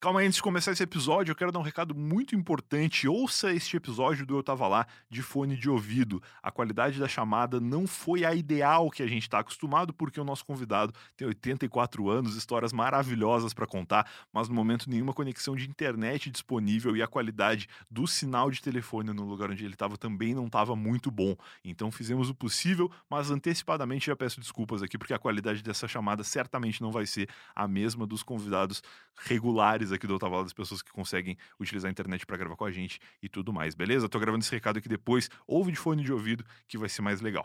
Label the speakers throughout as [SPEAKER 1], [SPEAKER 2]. [SPEAKER 1] Calma aí, antes de começar esse episódio, eu quero dar um recado muito importante. Ouça este episódio do Eu Tava Lá de fone de ouvido. A qualidade da chamada não foi a ideal que a gente está acostumado, porque o nosso convidado tem 84 anos, histórias maravilhosas para contar, mas no momento nenhuma conexão de internet disponível e a qualidade do sinal de telefone no lugar onde ele estava também não estava muito bom. Então fizemos o possível, mas antecipadamente já peço desculpas aqui, porque a qualidade dessa chamada certamente não vai ser a mesma dos convidados regulares aqui do Otavalo, das pessoas que conseguem utilizar a internet para gravar com a gente e tudo mais, beleza? Tô gravando esse recado aqui depois, ouve de fone de ouvido que vai ser mais legal.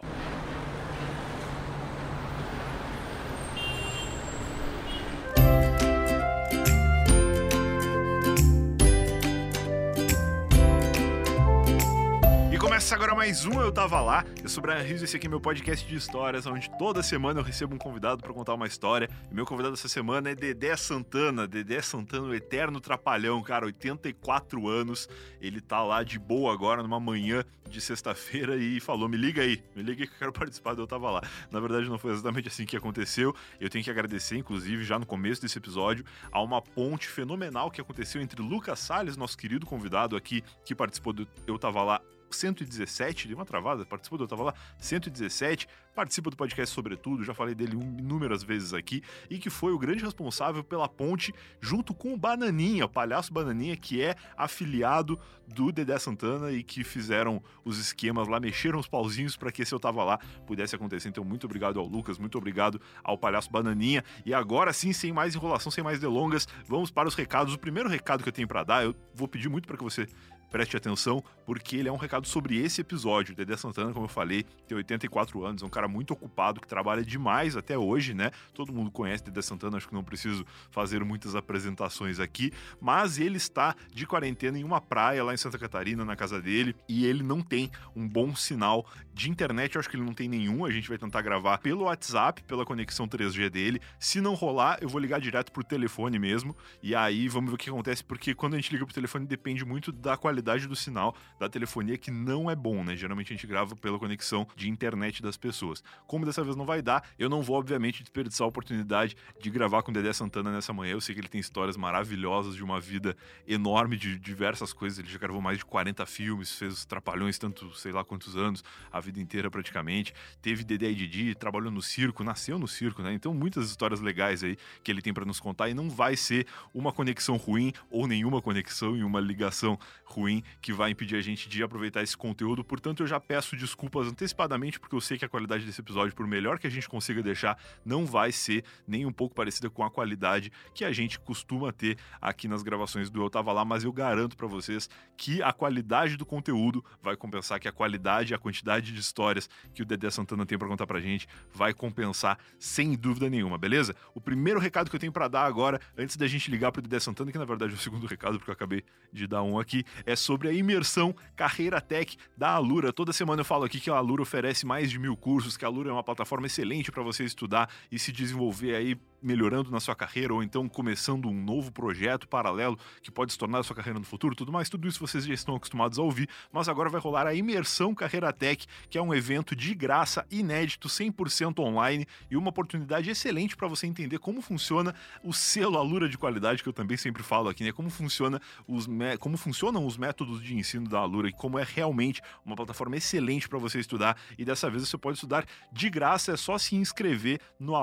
[SPEAKER 1] E Começa agora mais um Eu Tava Lá. Eu sou o Brian Rios e esse aqui é meu podcast de histórias, onde toda semana eu recebo um convidado para contar uma história. E meu convidado essa semana é Dedé Santana. Dedé Santana, o eterno trapalhão, cara, 84 anos. Ele tá lá de boa agora, numa manhã de sexta-feira, e falou: me liga aí, me liga que eu quero participar do Eu Tava Lá. Na verdade, não foi exatamente assim que aconteceu. Eu tenho que agradecer, inclusive, já no começo desse episódio, a uma ponte fenomenal que aconteceu entre Lucas Salles, nosso querido convidado aqui, que participou do Eu Tava Lá 117, dei uma travada, participou do Eu Tava Lá, 117, participa do podcast Sobretudo, já falei dele um- inúmeras vezes aqui, e que foi o grande responsável pela ponte, junto com o Bananinha, o palhaço Bananinha, que é afiliado do Dedé Santana e que fizeram os esquemas lá, mexeram os pauzinhos para que esse Eu Tava Lá pudesse acontecer. Então, muito obrigado ao Lucas, muito obrigado ao palhaço Bananinha. E agora sim, sem mais enrolação, sem mais delongas, vamos para os recados. O primeiro recado que eu tenho para dar, eu vou pedir muito para que você preste atenção, porque ele é um recado sobre esse episódio. O Dedé Santana, como eu falei, tem 84 anos, é um cara muito ocupado, que trabalha demais até hoje, né? Todo mundo conhece Dedé Santana, acho que não preciso fazer muitas apresentações aqui, mas ele está de quarentena em uma praia lá em Santa Catarina, na casa dele, e ele não tem um bom sinal de internet, eu acho que ele não tem nenhum, a gente vai tentar gravar pelo WhatsApp, pela conexão 3G dele. Se não rolar, eu vou ligar direto pro telefone mesmo, e aí vamos ver o que acontece, porque quando a gente liga pro telefone depende muito da qualidade do sinal da telefonia, que não é bom, né? Geralmente a gente grava pela conexão de internet das pessoas. Como dessa vez não vai dar, eu não vou, obviamente, desperdiçar a oportunidade de gravar com o Dedé Santana nessa manhã. Eu sei que ele tem histórias maravilhosas de uma vida enorme de diversas coisas. Ele já gravou mais de 40 filmes, fez os Trapalhões tanto, sei lá quantos anos, a vida inteira praticamente. Teve Dedé e Didi, trabalhou no circo, nasceu no circo, né? Então muitas histórias legais aí que ele tem pra nos contar e não vai ser uma conexão ruim ou nenhuma conexão e uma ligação ruim que vai impedir a gente de aproveitar esse conteúdo. Portanto, eu já peço desculpas antecipadamente porque eu sei que a qualidade desse episódio, por melhor que a gente consiga deixar, não vai ser nem um pouco parecida com a qualidade que a gente costuma ter aqui nas gravações do Eu Tava Lá, mas eu garanto pra vocês que a qualidade do conteúdo vai compensar, que a qualidade e a quantidade de histórias que o Dedé Santana tem pra contar pra gente vai compensar sem dúvida nenhuma, beleza? O primeiro recado que eu tenho pra dar agora, antes da gente ligar pro Dedé Santana, que na verdade é o segundo recado, porque eu acabei de dar um aqui, é sobre a imersão Carreira Tech da Alura. Toda semana eu falo aqui que a Alura oferece mais de mil cursos, que a Alura é uma plataforma excelente pra você estudar e se desenvolver aí melhorando na sua carreira ou então começando um novo projeto paralelo que pode se tornar a sua carreira no futuro, tudo mais, tudo isso vocês já estão acostumados a ouvir, mas agora vai rolar a Imersão Carreira Tech, que é um evento de graça, inédito, 100% online e uma oportunidade excelente para você entender como funciona o selo Alura de qualidade que eu também sempre falo aqui, né? Como funciona os mé- como funcionam os métodos de ensino da Alura e como é realmente uma plataforma excelente para você estudar e dessa vez você pode estudar de graça, é só se inscrever no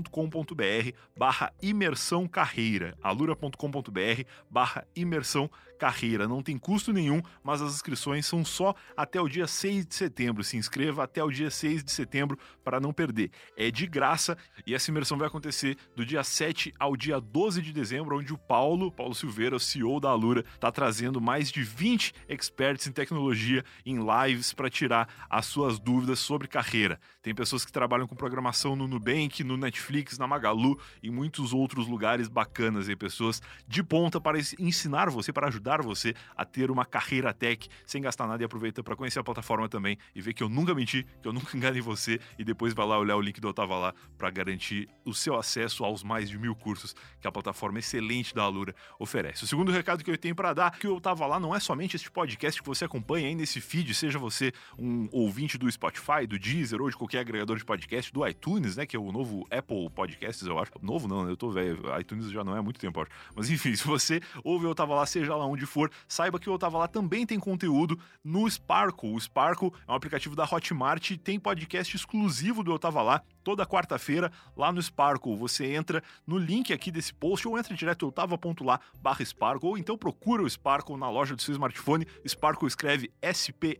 [SPEAKER 1] alura.com.br barra imersão carreira, alura.com.br barra imersão carreira, não tem custo nenhum, mas as inscrições são só até o dia 6 de setembro, se inscreva até o dia 6 de setembro para não perder, é de graça e essa imersão vai acontecer do dia 7 ao dia 12 de dezembro, onde o Paulo, Paulo Silveira, o CEO da Alura, está trazendo mais de 20 experts em tecnologia em lives para tirar as suas dúvidas sobre carreira. Tem pessoas que trabalham com programação no Nubank, no Netflix, na Magalu e muitos outros lugares bacanas e pessoas de ponta para ens- ensinar você, para ajudar você a ter uma carreira tech sem gastar nada e aproveita para conhecer a plataforma também e ver que eu nunca menti, que eu nunca enganei você e depois vai lá olhar o link do Eu Tava Lá para garantir o seu acesso aos mais de mil cursos que a plataforma excelente da Alura oferece. O segundo recado que eu tenho para dar, que eu tava lá, não é somente este podcast que você acompanha aí nesse feed, seja você um ouvinte do Spotify, do Deezer ou de qualquer agregador de podcast, do iTunes, né, que é o novo Apple Podcasts, é o eu acho. Novo não, né? eu tô velho. iTunes já não é há muito tempo, eu acho. Mas enfim, se você ouve Eu Tava Lá, seja lá onde for, saiba que o Eu Tava Lá também tem conteúdo no Sparkle. O Sparkle é um aplicativo da Hotmart e tem podcast exclusivo do Eu Tava Lá. Toda quarta-feira, lá no Sparkle. Você entra no link aqui desse post ou entra direto eutava.lá barra Sparkle ou então procura o Sparkle na loja do seu smartphone. Sparkle escreve SP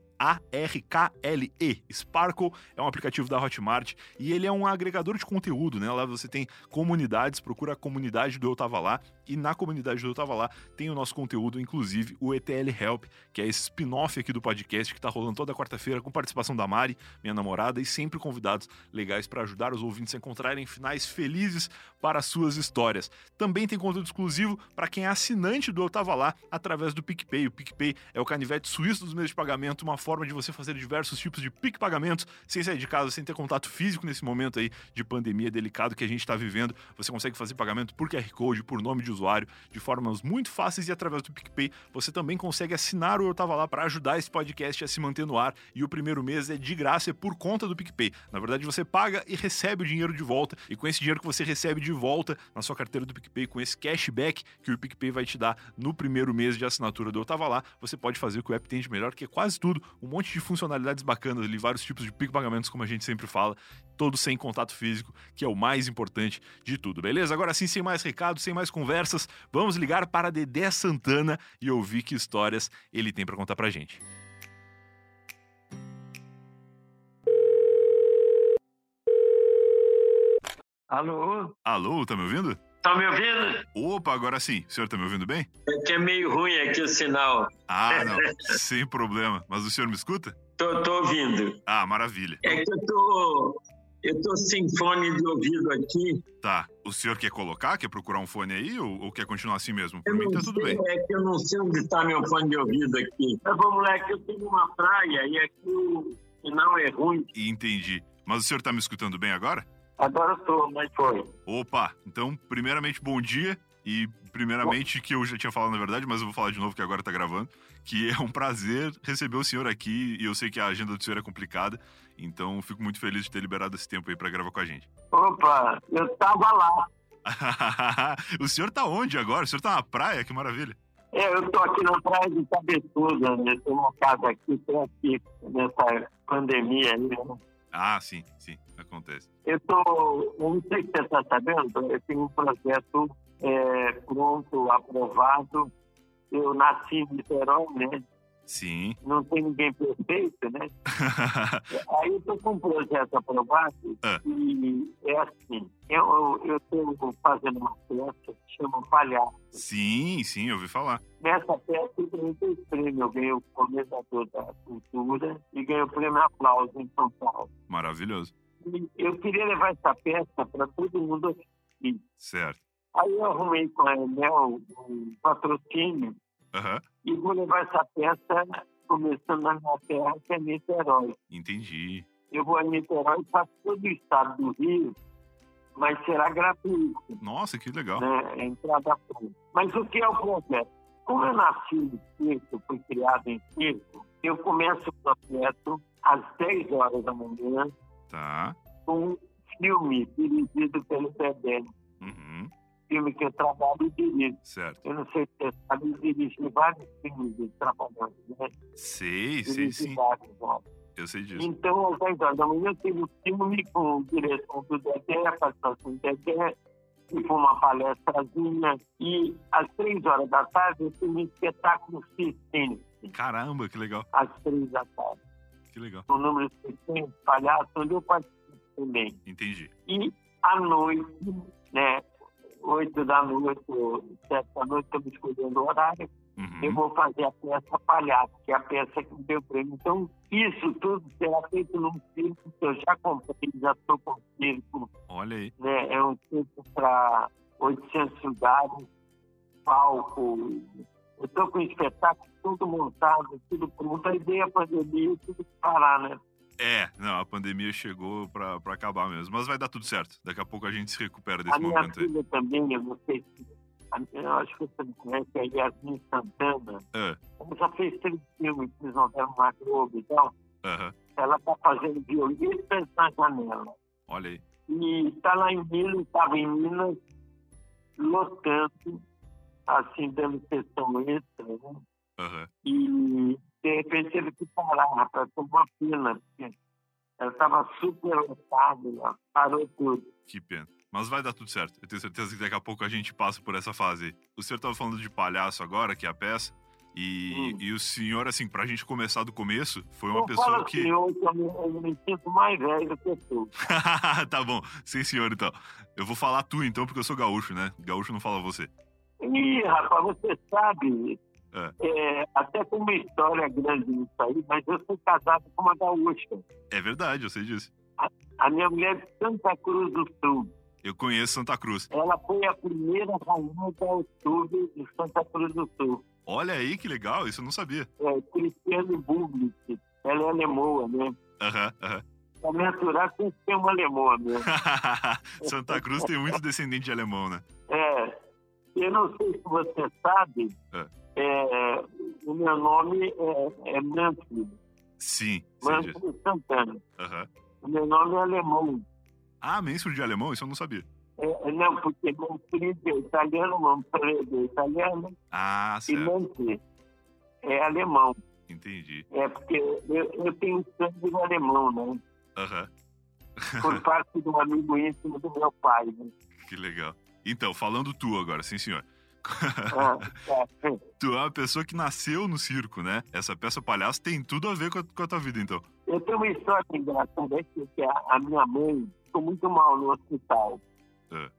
[SPEAKER 1] a-R-K-L-E. Sparkle é um aplicativo da Hotmart e ele é um agregador de conteúdo, né? Lá você tem comunidades, procura a comunidade do Eu Tava Lá e na comunidade do Eu Tava Lá tem o nosso conteúdo, inclusive o ETL Help, que é esse spin-off aqui do podcast que tá rolando toda quarta-feira com participação da Mari, minha namorada, e sempre convidados legais para ajudar os ouvintes a encontrarem finais felizes para suas histórias. Também tem conteúdo exclusivo para quem é assinante do Eu Tava Lá através do PicPay. O PicPay é o canivete suíço dos meios de pagamento, uma forma de você fazer diversos tipos de pique pagamentos sem sair de casa, sem ter contato físico nesse momento aí de pandemia delicado que a gente está vivendo. Você consegue fazer pagamento por QR Code, por nome de usuário, de formas muito fáceis e através do PicPay você também consegue assinar o Eu Tava Lá para ajudar esse podcast a se manter no ar. E o primeiro mês é de graça, é por conta do PicPay. Na verdade, você paga e recebe o dinheiro de volta. E com esse dinheiro que você recebe de volta na sua carteira do PicPay, com esse cashback que o PicPay vai te dar no primeiro mês de assinatura do Eu Tava Lá, você pode fazer o que o app tem de melhor, que é quase tudo um monte de funcionalidades bacanas ali, vários tipos de pico pagamentos, como a gente sempre fala, todos sem contato físico, que é o mais importante de tudo, beleza? Agora sim, sem mais recados, sem mais conversas, vamos ligar para Dedé Santana e ouvir que histórias ele tem para contar pra gente.
[SPEAKER 2] Alô?
[SPEAKER 1] Alô, tá me ouvindo?
[SPEAKER 2] Tá me ouvindo?
[SPEAKER 1] Opa, agora sim. O senhor tá me ouvindo bem?
[SPEAKER 2] É que é meio ruim aqui o sinal.
[SPEAKER 1] Ah, não, sem problema. Mas o senhor me escuta?
[SPEAKER 2] Tô, tô ouvindo.
[SPEAKER 1] Ah, maravilha.
[SPEAKER 2] É que eu tô. Eu tô sem fone de ouvido aqui.
[SPEAKER 1] Tá. O senhor quer colocar, quer procurar um fone aí ou, ou quer continuar assim mesmo? Por
[SPEAKER 2] Eu
[SPEAKER 1] mim
[SPEAKER 2] não
[SPEAKER 1] tá tudo
[SPEAKER 2] sei,
[SPEAKER 1] bem.
[SPEAKER 2] É que eu não sei onde está meu fone de ouvido aqui. Mas vamos lá, é que eu tenho uma praia e aqui o sinal é ruim.
[SPEAKER 1] Entendi. Mas o senhor tá me escutando bem agora?
[SPEAKER 2] Agora eu tô, mas foi.
[SPEAKER 1] Opa, então, primeiramente, bom dia. E, primeiramente, que eu já tinha falado na verdade, mas eu vou falar de novo que agora tá gravando, que é um prazer receber o senhor aqui. E eu sei que a agenda do senhor é complicada, então fico muito feliz de ter liberado esse tempo aí pra gravar com a gente.
[SPEAKER 2] Opa, eu tava lá.
[SPEAKER 1] o senhor tá onde agora? O senhor tá na praia? Que maravilha.
[SPEAKER 2] É, eu tô aqui na praia de Cabeçuda, né? Tem uma casa aqui, tem aqui, nessa pandemia aí, né?
[SPEAKER 1] Ah, sim, sim, acontece.
[SPEAKER 2] Eu tô, eu não sei se você está sabendo, eu tenho um projeto é, pronto, aprovado. Eu nasci em Niterói, né?
[SPEAKER 1] Sim.
[SPEAKER 2] Não tem ninguém perfeito, né? Aí eu tô com um projeto aprovado
[SPEAKER 1] Ah.
[SPEAKER 2] e é assim, eu eu estou fazendo uma peça que chama Palhaço.
[SPEAKER 1] sim, sim, eu ouvi falar.
[SPEAKER 2] Nessa peça eu ganhei dois prêmios, eu ganhei o Comendador da Cultura e ganhei o Prêmio Aplauso em São Paulo.
[SPEAKER 1] Maravilhoso.
[SPEAKER 2] E eu queria levar essa peça para todo mundo assistir.
[SPEAKER 1] Certo.
[SPEAKER 2] Aí eu arrumei com a Enel um patrocínio
[SPEAKER 1] Aham,
[SPEAKER 2] e vou levar essa peça começando na minha terra, que é Niterói.
[SPEAKER 1] entendi.
[SPEAKER 2] Eu vou a Niterói e faço todo o estado do Rio, mas será gratuito,
[SPEAKER 1] Nossa, que legal.
[SPEAKER 2] né? É entrada pública. Mas o que é o projeto? Como eu nasci em circo, fui criado em circo, eu começo o projeto às 10 horas da manhã
[SPEAKER 1] Tá.
[SPEAKER 2] com um filme dirigido pelo Pedro,
[SPEAKER 1] Uhum,
[SPEAKER 2] filme que eu trabalho e dirijo.
[SPEAKER 1] certo.
[SPEAKER 2] Eu não sei é, se você sabe, eu dirigi vários filmes de trabalhando, né?
[SPEAKER 1] Sei, sei
[SPEAKER 2] Dirigi
[SPEAKER 1] sim.
[SPEAKER 2] vários, ó.
[SPEAKER 1] Eu sei disso.
[SPEAKER 2] Então, às 10 horas da manhã, eu tive um filme com direção do Dedé, a participação do Dedé, e foi uma palestrazinha. E às 3 horas da tarde, eu tive um espetáculo Cistense,
[SPEAKER 1] Caramba, que legal,
[SPEAKER 2] às 3 da tarde.
[SPEAKER 1] que legal.
[SPEAKER 2] O número Cistense, palhaço, onde eu participo também.
[SPEAKER 1] Entendi.
[SPEAKER 2] E à noite, né? 8 da noite, 7 da noite, estamos escolhendo o horário.
[SPEAKER 1] Uhum,
[SPEAKER 2] eu vou fazer a peça Palhaço, que é a peça que me deu prêmio. Então, isso tudo será feito num circo que eu já comprei, já estou com circo,
[SPEAKER 1] Olha aí.
[SPEAKER 2] né? É um circo para 800 lugares, palco. Eu estou com o espetáculo tudo montado, tudo pronto. A ideia é fazer isso, tudo parar, né?
[SPEAKER 1] É, não, a pandemia chegou pra, pra acabar mesmo. Mas vai dar tudo certo. Daqui a pouco a gente se recupera
[SPEAKER 2] A
[SPEAKER 1] desse
[SPEAKER 2] minha
[SPEAKER 1] momento aí.
[SPEAKER 2] filha também, eu não sei se... a minha- Eu acho que você me conhece, a Yasmin Santana.
[SPEAKER 1] Ah.
[SPEAKER 2] Ela já fez três filmes, fiz novela na Globo e tal.
[SPEAKER 1] Ah, Aham,
[SPEAKER 2] tá Ela está fazendo violistas na janela.
[SPEAKER 1] Olha aí.
[SPEAKER 2] E está lá em Minas, estava em Minas, lotando, assim, dando sessão extra, né?
[SPEAKER 1] Aham.
[SPEAKER 2] E de repente teve que parar para tomar fila, porque ela estava super lotada lá, parou tudo.
[SPEAKER 1] Que pena. Mas vai dar tudo certo. Eu tenho certeza que daqui a pouco a gente passa por essa fase. aí. O senhor tava falando de palhaço agora, que é a peça. E,
[SPEAKER 2] Hum.
[SPEAKER 1] e o senhor, assim, pra gente começar do começo, foi É uma
[SPEAKER 2] Eu
[SPEAKER 1] pessoa
[SPEAKER 2] falo
[SPEAKER 1] que.
[SPEAKER 2] senhor, que eu me, eu me sinto mais velho que tu.
[SPEAKER 1] tá bom, sim senhor, então. Eu vou falar tu então, porque eu sou gaúcho, né? Gaúcho não fala você.
[SPEAKER 2] Ih, rapaz, você sabe,
[SPEAKER 1] É.
[SPEAKER 2] é, até com uma história grande nisso aí, mas eu sou casado com uma gaúcha.
[SPEAKER 1] É verdade, eu sei disso.
[SPEAKER 2] A minha mulher é de Santa Cruz do Sul.
[SPEAKER 1] Eu conheço Santa Cruz.
[SPEAKER 2] Ela foi a primeira rainha da outubro de Santa Cruz do Sul.
[SPEAKER 1] Olha aí que legal, isso eu não sabia.
[SPEAKER 2] É, Cristiane Bublik. Ela é alemoa, né?
[SPEAKER 1] Aham, aham.
[SPEAKER 2] Pra me aturar, tem que ser uma né? alemoa mesmo.
[SPEAKER 1] Santa Cruz tem muito descendente de alemão, né?
[SPEAKER 2] É, eu não sei se você sabe,
[SPEAKER 1] Ah.
[SPEAKER 2] é, o meu nome é, é Manfred,
[SPEAKER 1] Sim, sei disso.
[SPEAKER 2] Manfred Santana.
[SPEAKER 1] Aham.
[SPEAKER 2] O meu nome é alemão.
[SPEAKER 1] Ah, Menso de alemão? Isso eu não sabia.
[SPEAKER 2] É, não, porque Manfred é italiano, Manfred é italiano
[SPEAKER 1] Ah,
[SPEAKER 2] e
[SPEAKER 1] certo.
[SPEAKER 2] Manfred é alemão.
[SPEAKER 1] Entendi.
[SPEAKER 2] É porque eu, eu tenho sangue do alemão, né?
[SPEAKER 1] Aham,
[SPEAKER 2] Por parte de um amigo íntimo do meu pai. Né?
[SPEAKER 1] que legal. Então, falando tu agora, sim senhor.
[SPEAKER 2] Ah, é.
[SPEAKER 1] tu é uma pessoa que nasceu no circo, né? Essa peça palhaço tem tudo a ver com a, com a tua vida, então.
[SPEAKER 2] Eu tenho uma história engraçada né? que que a, a minha mãe ficou muito mal no hospital.
[SPEAKER 1] É.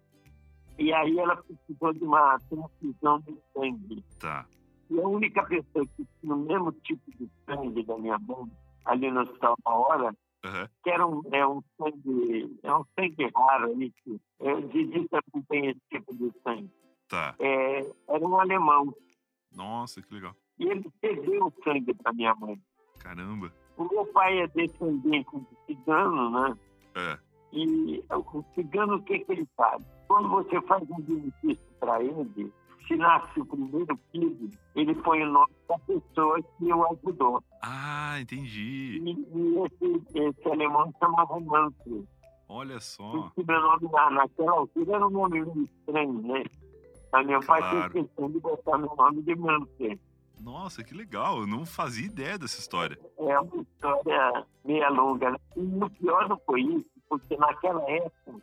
[SPEAKER 2] E aí ela precisou de uma transfusão de sangue.
[SPEAKER 1] Tá.
[SPEAKER 2] E a única pessoa que tinha o mesmo tipo de sangue da minha mãe, ali no hospital na hora,
[SPEAKER 1] Aham.
[SPEAKER 2] que era um, é um sangue, é um sangue raro aí, que é, Didi não tem esse tipo de sangue.
[SPEAKER 1] Tá.
[SPEAKER 2] É, era um alemão.
[SPEAKER 1] Nossa, que legal.
[SPEAKER 2] E ele cedeu o sangue para minha mãe.
[SPEAKER 1] Caramba.
[SPEAKER 2] O meu pai é descendente de cigano, né?
[SPEAKER 1] É.
[SPEAKER 2] E o cigano, o que, que ele faz? Quando você faz um benefício para ele, se nasce o primeiro filho, ele põe o nome da pessoa que o ajudou.
[SPEAKER 1] Ah, entendi.
[SPEAKER 2] E, e esse, esse alemão chamava Manfred.
[SPEAKER 1] Olha só.
[SPEAKER 2] O sobrenome na, naquela altura era um nome meio estranho, né? Mas meu pai
[SPEAKER 1] Claro.
[SPEAKER 2] fez questão de botar meu nome de Manfred.
[SPEAKER 1] Nossa, que legal. Eu não fazia ideia dessa história.
[SPEAKER 2] É uma história meia longa. né? E o pior não foi isso, porque naquela época,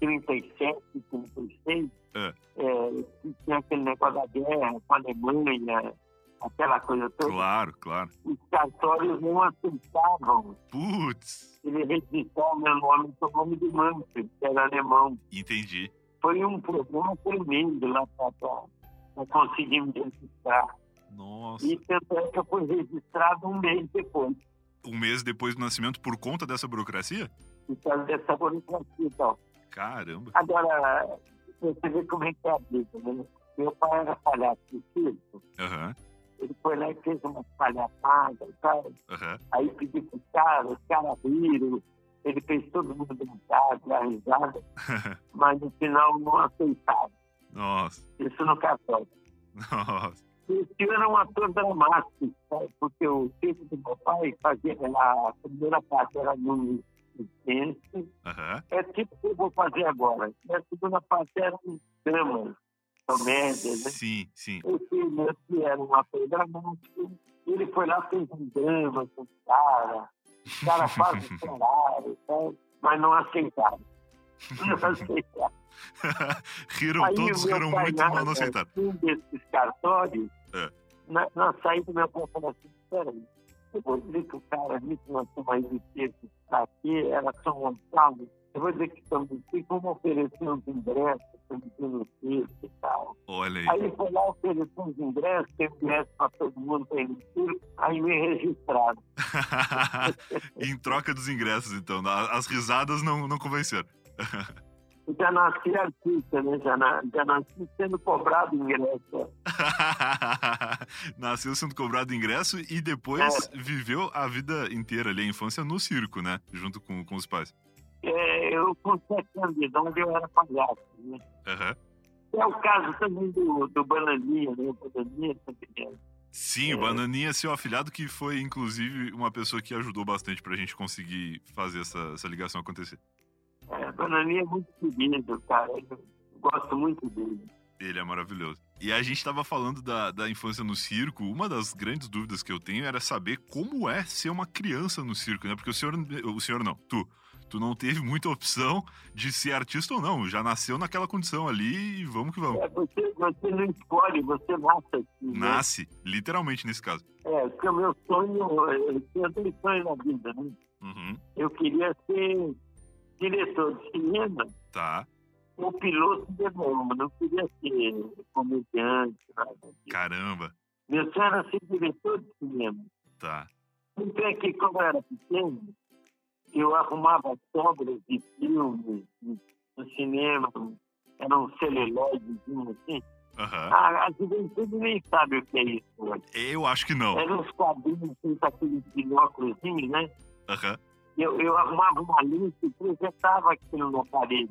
[SPEAKER 2] 37, 36,
[SPEAKER 1] É.
[SPEAKER 2] é, que tinha aquele negócio da guerra com a Alemanha, aquela coisa toda,
[SPEAKER 1] Claro, claro.
[SPEAKER 2] os cartórios não aceitavam
[SPEAKER 1] Putz.
[SPEAKER 2] ele registrar o meu nome com o nome de Manfred, que era alemão.
[SPEAKER 1] Entendi.
[SPEAKER 2] Foi um problema tremendo lá para conseguir me registrar.
[SPEAKER 1] Nossa.
[SPEAKER 2] E tanto é que eu fui registrado um mês depois.
[SPEAKER 1] Um mês depois do nascimento por conta dessa burocracia?
[SPEAKER 2] Por causa dessa burocracia e tal.
[SPEAKER 1] Caramba.
[SPEAKER 2] Agora, você vê como é que é a vida, né? Meu pai era palhaço de circo,
[SPEAKER 1] Aham,
[SPEAKER 2] ele foi lá e fez umas palhaçadas, sabe?
[SPEAKER 1] aham.
[SPEAKER 2] Aí pediu pro cara, os caras riram, ele fez todo mundo brincar, dar risada, mas no final não aceitaram.
[SPEAKER 1] Nossa,
[SPEAKER 2] Isso no cartório.
[SPEAKER 1] nossa.
[SPEAKER 2] O tio era um ator dramático, sabe? porque o filho do meu pai fazia a primeira parte era no suspense,
[SPEAKER 1] Aham.
[SPEAKER 2] é tipo o que eu vou fazer agora. E a segunda parte era um drama, comédia, né?
[SPEAKER 1] Sim, sim.
[SPEAKER 2] Eu sei, meu que era um ator dramático. E ele foi lá, fez um drama com o cara. O cara quase choraram, sabe? mas não aceitaram. Não aceitaram.
[SPEAKER 1] riram
[SPEAKER 2] Aí
[SPEAKER 1] todos,
[SPEAKER 2] o meu
[SPEAKER 1] riram
[SPEAKER 2] pai,
[SPEAKER 1] muito,
[SPEAKER 2] na-
[SPEAKER 1] mas não aceitaram.
[SPEAKER 2] Um desses cartórios,
[SPEAKER 1] É.
[SPEAKER 2] na, na saída, meu pai falou assim, peraí, eu vou dizer que o cara ali que nós estamos aí de circo está aqui, era São Gonçalo, eu vou dizer que estamos de circo, vamos oferecer uns ingressos, estamos no circo e tal.
[SPEAKER 1] Olha aí.
[SPEAKER 2] Aí foi lá, ofereceu os ingressos, tem ingresso para todo mundo para ir no circo, aí me registraram.
[SPEAKER 1] em troca dos ingressos, então. A- As risadas não, não convenceram.
[SPEAKER 2] Eu Já nasci artista, né? Já, na, já nasci sendo cobrado ingresso.
[SPEAKER 1] Nasceu sendo cobrado ingresso e depois
[SPEAKER 2] É.
[SPEAKER 1] viveu a vida inteira ali, a infância, no circo, né? Junto com, com os pais.
[SPEAKER 2] É, eu, com sete anos de idade, eu era palhaço, né?
[SPEAKER 1] Aham.
[SPEAKER 2] É o caso também do, do Bananinha, né? O Bananinha também é.
[SPEAKER 1] Sim, o
[SPEAKER 2] É.
[SPEAKER 1] Bananinha, seu afilhado, que foi, inclusive, uma pessoa que ajudou bastante pra gente conseguir fazer essa, essa ligação acontecer.
[SPEAKER 2] é, a Dona Lia é muito querida, cara. Eu gosto muito dele.
[SPEAKER 1] Ele é maravilhoso. E a gente tava falando da, da infância no circo. Uma das grandes dúvidas que eu tenho era saber como é ser uma criança no circo, né? Porque o senhor. O senhor não, tu. Tu não teve muita opção de ser artista ou não. Já nasceu naquela condição ali e vamos que vamos.
[SPEAKER 2] É, você, você não escolhe, você nasce aqui. né?
[SPEAKER 1] Nasce, literalmente nesse caso.
[SPEAKER 2] É, porque o meu sonho, eu tinha dois sonhos na vida, né?
[SPEAKER 1] Uhum,
[SPEAKER 2] Eu queria ser diretor de cinema
[SPEAKER 1] tá.
[SPEAKER 2] ou piloto de bomba, não queria ser comediante. nada disso.
[SPEAKER 1] Caramba,
[SPEAKER 2] Meu sonho era ser diretor de cinema.
[SPEAKER 1] tá.
[SPEAKER 2] Tanto é que, quando eu era pequeno, eu arrumava sobras de filmes de- do cinema, eram um celulóide, assim.
[SPEAKER 1] Aham.
[SPEAKER 2] A, a juventude nem sabe o que é isso hoje.
[SPEAKER 1] Eu acho que não.
[SPEAKER 2] Eram uns quadrinhos assim, com aqueles binóculos, né?
[SPEAKER 1] Aham,
[SPEAKER 2] Eu, eu arrumava uma luz e projetava aquilo na parede.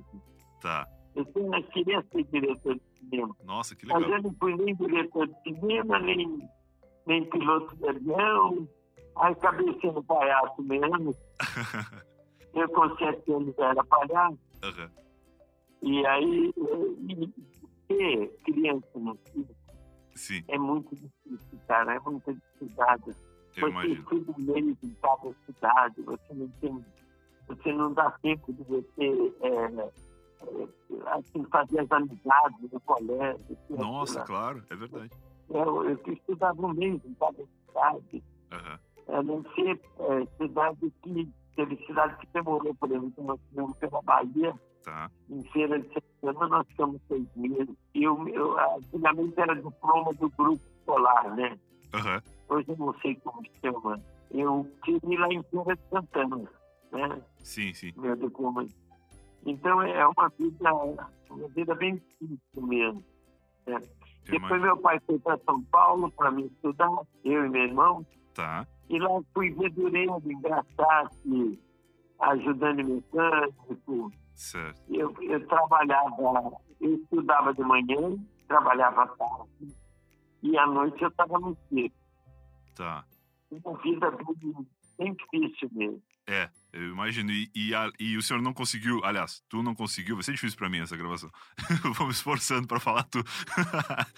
[SPEAKER 1] tá.
[SPEAKER 2] Eu tinha- queria ser diretor de cinema.
[SPEAKER 1] Nossa, que
[SPEAKER 2] Mas
[SPEAKER 1] legal.
[SPEAKER 2] eu não fui nem diretor de cinema, nem, nem piloto de avião. Aí acabei sendo palhaço mesmo. Eu com sete anos já era palhaço.
[SPEAKER 1] Aham,
[SPEAKER 2] E aí, eu- e ser criança no circo
[SPEAKER 1] sim,
[SPEAKER 2] é muito difícil, cara. É muita dificuldade.
[SPEAKER 1] eu
[SPEAKER 2] você
[SPEAKER 1] imagino.
[SPEAKER 2] estuda um mês em cada cidade, você não tem, você não dá tempo de você é, é, assim, fazer as amizades no colégio. assim, aquilo
[SPEAKER 1] Nossa,
[SPEAKER 2] lá.
[SPEAKER 1] claro, é verdade.
[SPEAKER 2] eu, eu estudava um mês em cada cidade,
[SPEAKER 1] Aham,
[SPEAKER 2] a não ser é, cidade que teve cidade que demorou, por exemplo, nós fomos pela Bahia,
[SPEAKER 1] tá.
[SPEAKER 2] em feira de semana nós ficamos seis meses. E eu, eu, antigamente era diploma do grupo escolar, né?
[SPEAKER 1] Aham,
[SPEAKER 2] hoje eu não sei como se chama, eu tive lá em Feira de Santana, né,
[SPEAKER 1] sim, sim.
[SPEAKER 2] meu diploma. Então é uma vida, uma vida bem difícil mesmo.
[SPEAKER 1] Eu
[SPEAKER 2] Depois
[SPEAKER 1] imagino.
[SPEAKER 2] meu pai foi para São Paulo para me estudar, eu e meu irmão,
[SPEAKER 1] Tá.
[SPEAKER 2] e lá fui verdureiro, engraxate, ajudando mecânico.
[SPEAKER 1] Certo.
[SPEAKER 2] Eu, eu trabalhava, eu estudava de manhã, trabalhava à tarde, e à noite eu estava no circo.
[SPEAKER 1] Tá.
[SPEAKER 2] uma vida bem, bem difícil mesmo.
[SPEAKER 1] É, eu imagino. E, e, a- e o senhor não conseguiu. Aliás, tu não conseguiu. Vai ser difícil pra mim essa gravação. Eu vou me esforçando pra falar tu.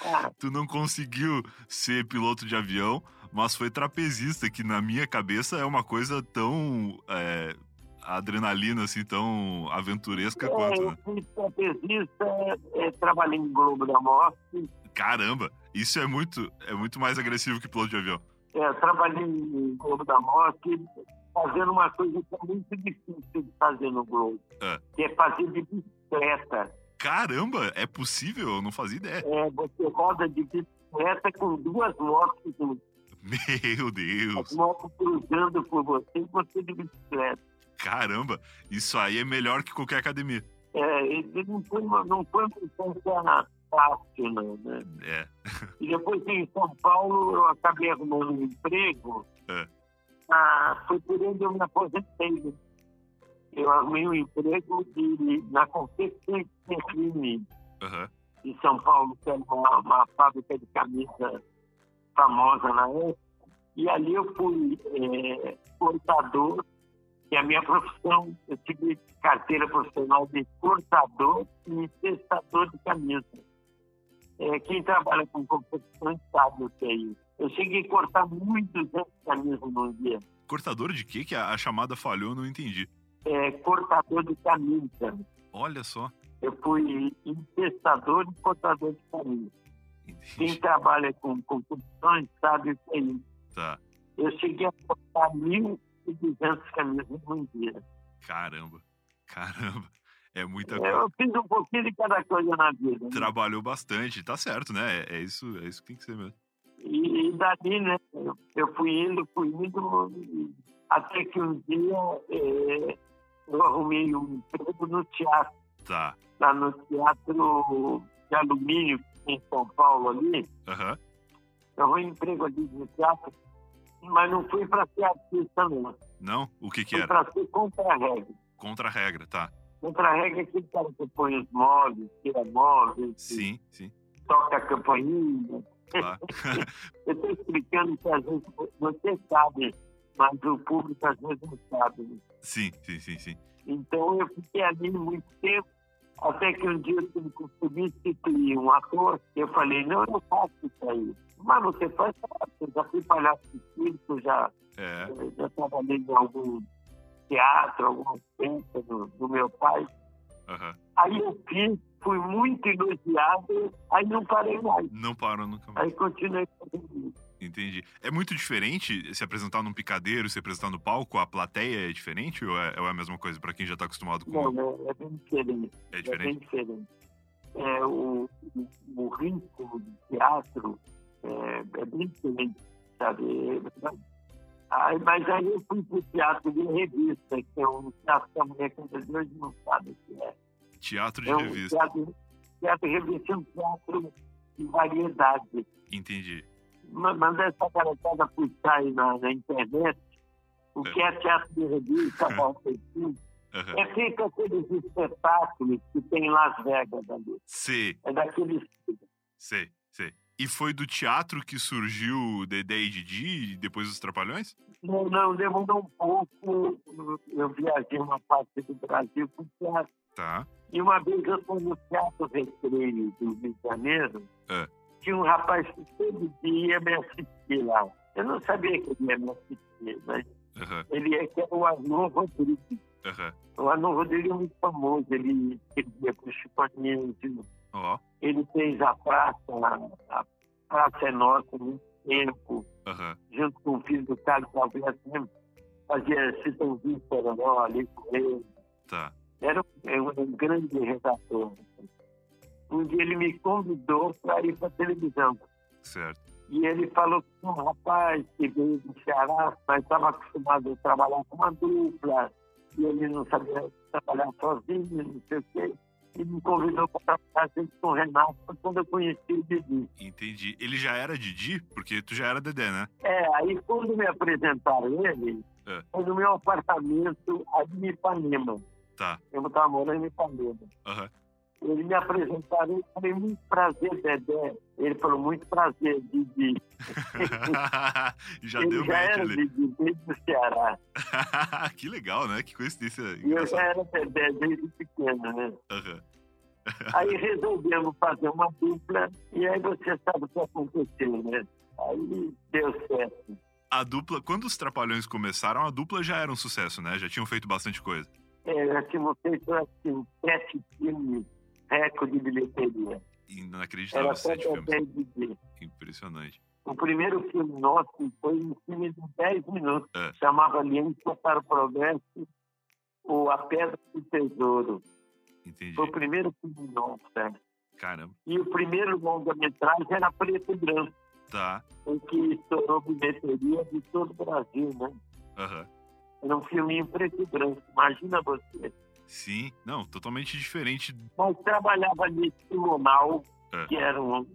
[SPEAKER 2] Ah,
[SPEAKER 1] tu não conseguiu ser piloto de avião, mas foi trapezista, que na minha cabeça é uma coisa tão. é, adrenalina, assim, tão aventuresca
[SPEAKER 2] é,
[SPEAKER 1] quanto,
[SPEAKER 2] eu
[SPEAKER 1] né?
[SPEAKER 2] fui trapezista, é, trabalhei em Globo da Morte,
[SPEAKER 1] Caramba! Isso é muito, é muito mais agressivo que piloto de avião.
[SPEAKER 2] é, trabalhei em Globo da Morte, fazendo uma coisa que é muito difícil de fazer no Globo,
[SPEAKER 1] Ah.
[SPEAKER 2] que é fazer de bicicleta.
[SPEAKER 1] Caramba, é possível? Eu não fazia ideia.
[SPEAKER 2] É, você roda de bicicleta com duas motos,
[SPEAKER 1] Meu
[SPEAKER 2] as
[SPEAKER 1] Deus!
[SPEAKER 2] motos cruzando por você e você de bicicleta.
[SPEAKER 1] Caramba! Isso aí é melhor que qualquer academia.
[SPEAKER 2] É, ele não foi uma, não foi uma infância fácil, não, né?
[SPEAKER 1] É.
[SPEAKER 2] E depois em São Paulo eu acabei arrumando um emprego.
[SPEAKER 1] É.
[SPEAKER 2] Ah, foi por onde eu me aposentei. né? Eu arrumei um emprego de, na Confecção de Perfume
[SPEAKER 1] Aham.
[SPEAKER 2] em São Paulo, que era uma, uma fábrica de camisa famosa na época. E ali eu fui é, cortador, que é a minha profissão. Eu tive carteira profissional de cortador e testador de camisa. É, quem trabalha com confecção sabe o que é isso. Eu cheguei a cortar muitos anos de camisa num dia.
[SPEAKER 1] Cortador de quê? Que a, a chamada falhou, eu não entendi.
[SPEAKER 2] É, cortador de camisa.
[SPEAKER 1] Olha só.
[SPEAKER 2] Eu fui testador e cortador de camisa. Quem
[SPEAKER 1] Entendi.
[SPEAKER 2] trabalha com competições sabe o que é isso.
[SPEAKER 1] Tá.
[SPEAKER 2] Eu cheguei a cortar 1.200 camisas num dia.
[SPEAKER 1] Caramba. Caramba. É muita coisa.
[SPEAKER 2] Eu fiz um pouquinho de cada coisa na vida. né?
[SPEAKER 1] Trabalhou bastante, tá certo, né? É, é isso, é isso que tem que ser mesmo.
[SPEAKER 2] E, e dali, né, eu, eu fui indo, fui indo, e- até que um dia eh, eu arrumei um emprego no teatro,
[SPEAKER 1] Tá.
[SPEAKER 2] lá no Teatro de Alumínio, em São Paulo, ali.
[SPEAKER 1] Aham.
[SPEAKER 2] Eu arrumei um emprego ali no teatro, mas não fui para ser artista, não.
[SPEAKER 1] Não? O que que
[SPEAKER 2] Fui
[SPEAKER 1] era?
[SPEAKER 2] para ser contra-regra.
[SPEAKER 1] Contra a regra, tá.
[SPEAKER 2] Outra regra é aquele cara que põe os móveis, tira móveis,
[SPEAKER 1] Sim, sim.
[SPEAKER 2] é toca a campainha.
[SPEAKER 1] Claro.
[SPEAKER 2] Eu estou explicando que às vezes você sabe mas o público às vezes não sabe. né?
[SPEAKER 1] Sim, sim, sim, sim.
[SPEAKER 2] Então eu fiquei ali muito tempo, até que um dia eu tive que substituir um ator. Eu falei, não, eu não faço isso aí. Mas você faz, sabe, eu já fui palhaço de circo, já,
[SPEAKER 1] É.
[SPEAKER 2] eu já trabalhei em algum teatro, alguma peça do, do meu pai.
[SPEAKER 1] aham.
[SPEAKER 2] Aí eu fiz, fui muito elogiado, aí não parei mais.
[SPEAKER 1] Não parou nunca mais.
[SPEAKER 2] Aí continuei fazendo isso.
[SPEAKER 1] Entendi. É muito diferente se apresentar num picadeiro, se apresentar no palco, a plateia é diferente ou é, ou é a mesma coisa pra quem já tá acostumado com.
[SPEAKER 2] Não, né? é bem diferente.
[SPEAKER 1] é
[SPEAKER 2] É bem
[SPEAKER 1] diferente?
[SPEAKER 2] diferente. É, o, o, o ritmo do teatro é, é bem diferente, sabe? Aí, mas aí eu fui pro teatro de revista, que é um teatro que a mulher com hoje não sabe o que é.
[SPEAKER 1] Teatro de
[SPEAKER 2] É um
[SPEAKER 1] revista.
[SPEAKER 2] teatro, teatro de revista é um teatro de variedade.
[SPEAKER 1] Entendi.
[SPEAKER 2] Ma- Mandar essa garotada puxar aí na, na internet o que é teatro de revista, Valtecinho.
[SPEAKER 1] Aham.
[SPEAKER 2] É feito aqueles espetáculos que tem em Las Vegas ali.
[SPEAKER 1] Sei,
[SPEAKER 2] É daqueles.
[SPEAKER 1] sei, sei. E foi do teatro que surgiu o Dedé e Didi e depois os Trapalhões?
[SPEAKER 2] Não, não, demorou um pouco. Eu viajei uma parte do Brasil para o teatro.
[SPEAKER 1] Tá.
[SPEAKER 2] E uma vez eu fui no Teatro Recreio do Rio de Janeiro.
[SPEAKER 1] É.
[SPEAKER 2] Tinha um rapaz que todo dia me assistia lá. Eu não sabia que ele ia me assistir, mas
[SPEAKER 1] Aham,
[SPEAKER 2] ele é que era o Arnô Rodrigues.
[SPEAKER 1] aham.
[SPEAKER 2] O Arnô Rodrigues é muito famoso, ele escrevia para o Chico Anísio,
[SPEAKER 1] Ó,
[SPEAKER 2] Ele fez a praça, a Praça é Nossa, há muito tempo,
[SPEAKER 1] aham.
[SPEAKER 2] junto com o filho do Carlos Alberto, mesmo, fazia Citão Vítor, ali com ele.
[SPEAKER 1] Tá.
[SPEAKER 2] Era um, é um grande redator. Um dia ele me convidou para ir para a televisão.
[SPEAKER 1] Certo.
[SPEAKER 2] E ele falou que um rapaz que veio do Ceará, mas estava acostumado a trabalhar com uma dupla, e ele não sabia trabalhar sozinho, não sei o quê. E me convidou para trabalhar junto com o Renato, foi quando eu conheci o Didi.
[SPEAKER 1] Entendi. Ele já era Didi? Porque tu já era Dedé, né?
[SPEAKER 2] É, aí quando me apresentaram ele,
[SPEAKER 1] É.
[SPEAKER 2] foi no meu apartamento ali em Ipanema.
[SPEAKER 1] Tá.
[SPEAKER 2] Eu estava morando em Ipanema.
[SPEAKER 1] Aham.
[SPEAKER 2] Ele me apresentaram, eu falei, muito prazer, Dedé. Ele falou, muito prazer, Didi.
[SPEAKER 1] já
[SPEAKER 2] ele
[SPEAKER 1] deu
[SPEAKER 2] já
[SPEAKER 1] match
[SPEAKER 2] era
[SPEAKER 1] ali.
[SPEAKER 2] Didi desde o Ceará.
[SPEAKER 1] que legal, né? Que coincidência
[SPEAKER 2] E eu já
[SPEAKER 1] engraçada.
[SPEAKER 2] era Dedé desde pequeno, né?
[SPEAKER 1] Aham.
[SPEAKER 2] Aí resolvemos fazer uma dupla e aí você sabe o que aconteceu, né? Aí deu certo.
[SPEAKER 1] A dupla, quando os Trapalhões começaram, a dupla já era um sucesso, né? Já tinham feito bastante coisa.
[SPEAKER 2] É, nós tínhamos feito, assim, sete filmes, recorde de bilheteria.
[SPEAKER 1] Inacreditável,
[SPEAKER 2] Era
[SPEAKER 1] sete
[SPEAKER 2] só
[SPEAKER 1] filmes.
[SPEAKER 2] 10 dias.
[SPEAKER 1] Impressionante.
[SPEAKER 2] O primeiro filme nosso foi um filme de 10 minutos.
[SPEAKER 1] É.
[SPEAKER 2] Chamava Aliança para o Progresso ou A Pedra do Tesouro.
[SPEAKER 1] Entendi.
[SPEAKER 2] Foi o primeiro filme nosso. né?
[SPEAKER 1] Caramba.
[SPEAKER 2] E o primeiro longa-metragem era Preto e Branco,
[SPEAKER 1] Tá.
[SPEAKER 2] em que estourou bilheteria de todo o Brasil, né?
[SPEAKER 1] Aham.
[SPEAKER 2] Era um filminho preto e branco, imagina você.
[SPEAKER 1] Sim. Não, totalmente diferente.
[SPEAKER 2] Mas trabalhava ali Simonal,
[SPEAKER 1] É.
[SPEAKER 2] que era um,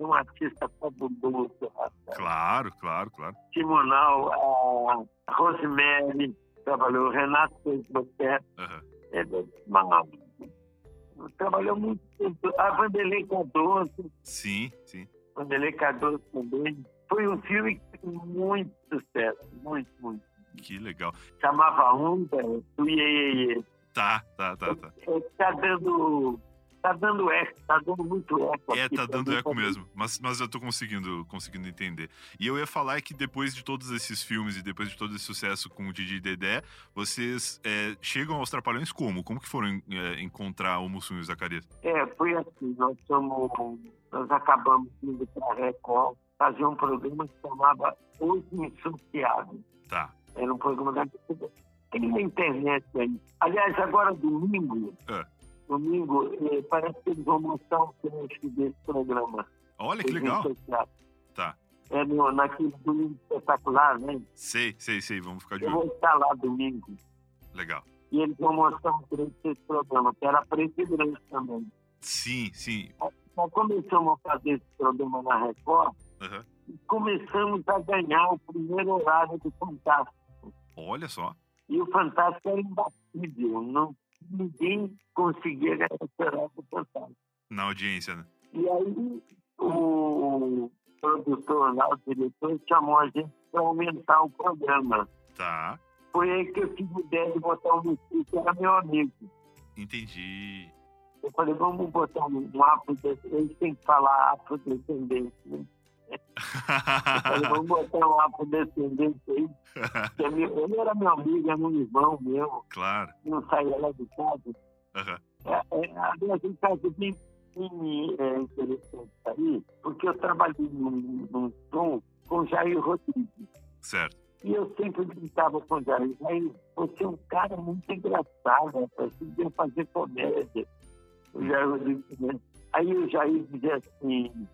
[SPEAKER 2] um artista fabuloso, né? rapaz.
[SPEAKER 1] Claro, claro, claro.
[SPEAKER 2] Simonal, a Rosemary trabalhou, o Renato fez você,
[SPEAKER 1] Aham.
[SPEAKER 2] ele- uma- trabalhou muito tempo. A Vanderlei Cardoso,
[SPEAKER 1] Sim, sim.
[SPEAKER 2] Vanderlei Cardoso também. Foi um filme que fez muito sucesso, muito, muito.
[SPEAKER 1] Que legal.
[SPEAKER 2] Chamava Onda do Iê
[SPEAKER 1] Tá, tá, tá, tá.
[SPEAKER 2] Tá dando, tá dando eco, tá dando muito eco.
[SPEAKER 1] É,
[SPEAKER 2] aqui
[SPEAKER 1] tá
[SPEAKER 2] pra
[SPEAKER 1] dando
[SPEAKER 2] mim,
[SPEAKER 1] eco
[SPEAKER 2] pra mim.
[SPEAKER 1] mesmo. Mas, mas eu tô conseguindo, conseguindo entender. E eu ia falar que depois de todos esses filmes e depois de todo esse sucesso com o Didi e Dedé, vocês é, chegam aos Trapalhões como? Como que foram é, encontrar o Mussum e o Zacarias?
[SPEAKER 2] É, foi assim, nós somos, nós acabamos indo para a Record fazer um programa que chamava Os Insuciados.
[SPEAKER 1] Tá.
[SPEAKER 2] Era um programa da TV. Tem na internet aí. Aliás, agora domingo,
[SPEAKER 1] É.
[SPEAKER 2] domingo, eh, parece que eles vão mostrar um trecho desse programa.
[SPEAKER 1] Olha É, que
[SPEAKER 2] Os
[SPEAKER 1] legal.
[SPEAKER 2] Insociados.
[SPEAKER 1] Tá.
[SPEAKER 2] É no, naquele domingo espetacular, né?
[SPEAKER 1] Sei, sei, sei. Vamos ficar de
[SPEAKER 2] Eu
[SPEAKER 1] olho.
[SPEAKER 2] vou estar lá domingo.
[SPEAKER 1] Legal.
[SPEAKER 2] E eles vão mostrar um trecho desse programa, que era preto e branco também. Então,
[SPEAKER 1] Sim, sim.
[SPEAKER 2] Nós começamos a fazer esse programa na Record
[SPEAKER 1] Aham.
[SPEAKER 2] e começamos a ganhar o primeiro horário do Fantástico.
[SPEAKER 1] Olha só.
[SPEAKER 2] E o Fantástico era imbatível, não, ninguém conseguia ganhar esse horário do Fantástico.
[SPEAKER 1] Na audiência, né?
[SPEAKER 2] E aí o programa produtor lá, o diretor, chamou a gente para aumentar o programa.
[SPEAKER 1] Tá,
[SPEAKER 2] Foi aí que eu tive ideia de botar o Luci, que era meu amigo.
[SPEAKER 1] entendi.
[SPEAKER 2] Eu falei, vamos botar um, um afrodescendente, a gente tem que falar afrodescendente, né? Eu falei, vamos botar um afrodescendente aí. que é meu- Ele era meu amigo, era um irmão meu,
[SPEAKER 1] claro.
[SPEAKER 2] não saía lá de casa.
[SPEAKER 1] Aham.
[SPEAKER 2] É, é, aliás, um caso bem, bem é, interessante aí, porque eu trabalhei num, num som com Jair Rodrigues.
[SPEAKER 1] Certo.
[SPEAKER 2] E eu sempre brincava com o Jair, Jair, você é um cara muito engraçado, rapaz, você devia fazer comédia. O Jair Rodrigues, né? Aí o Jair dizia assim,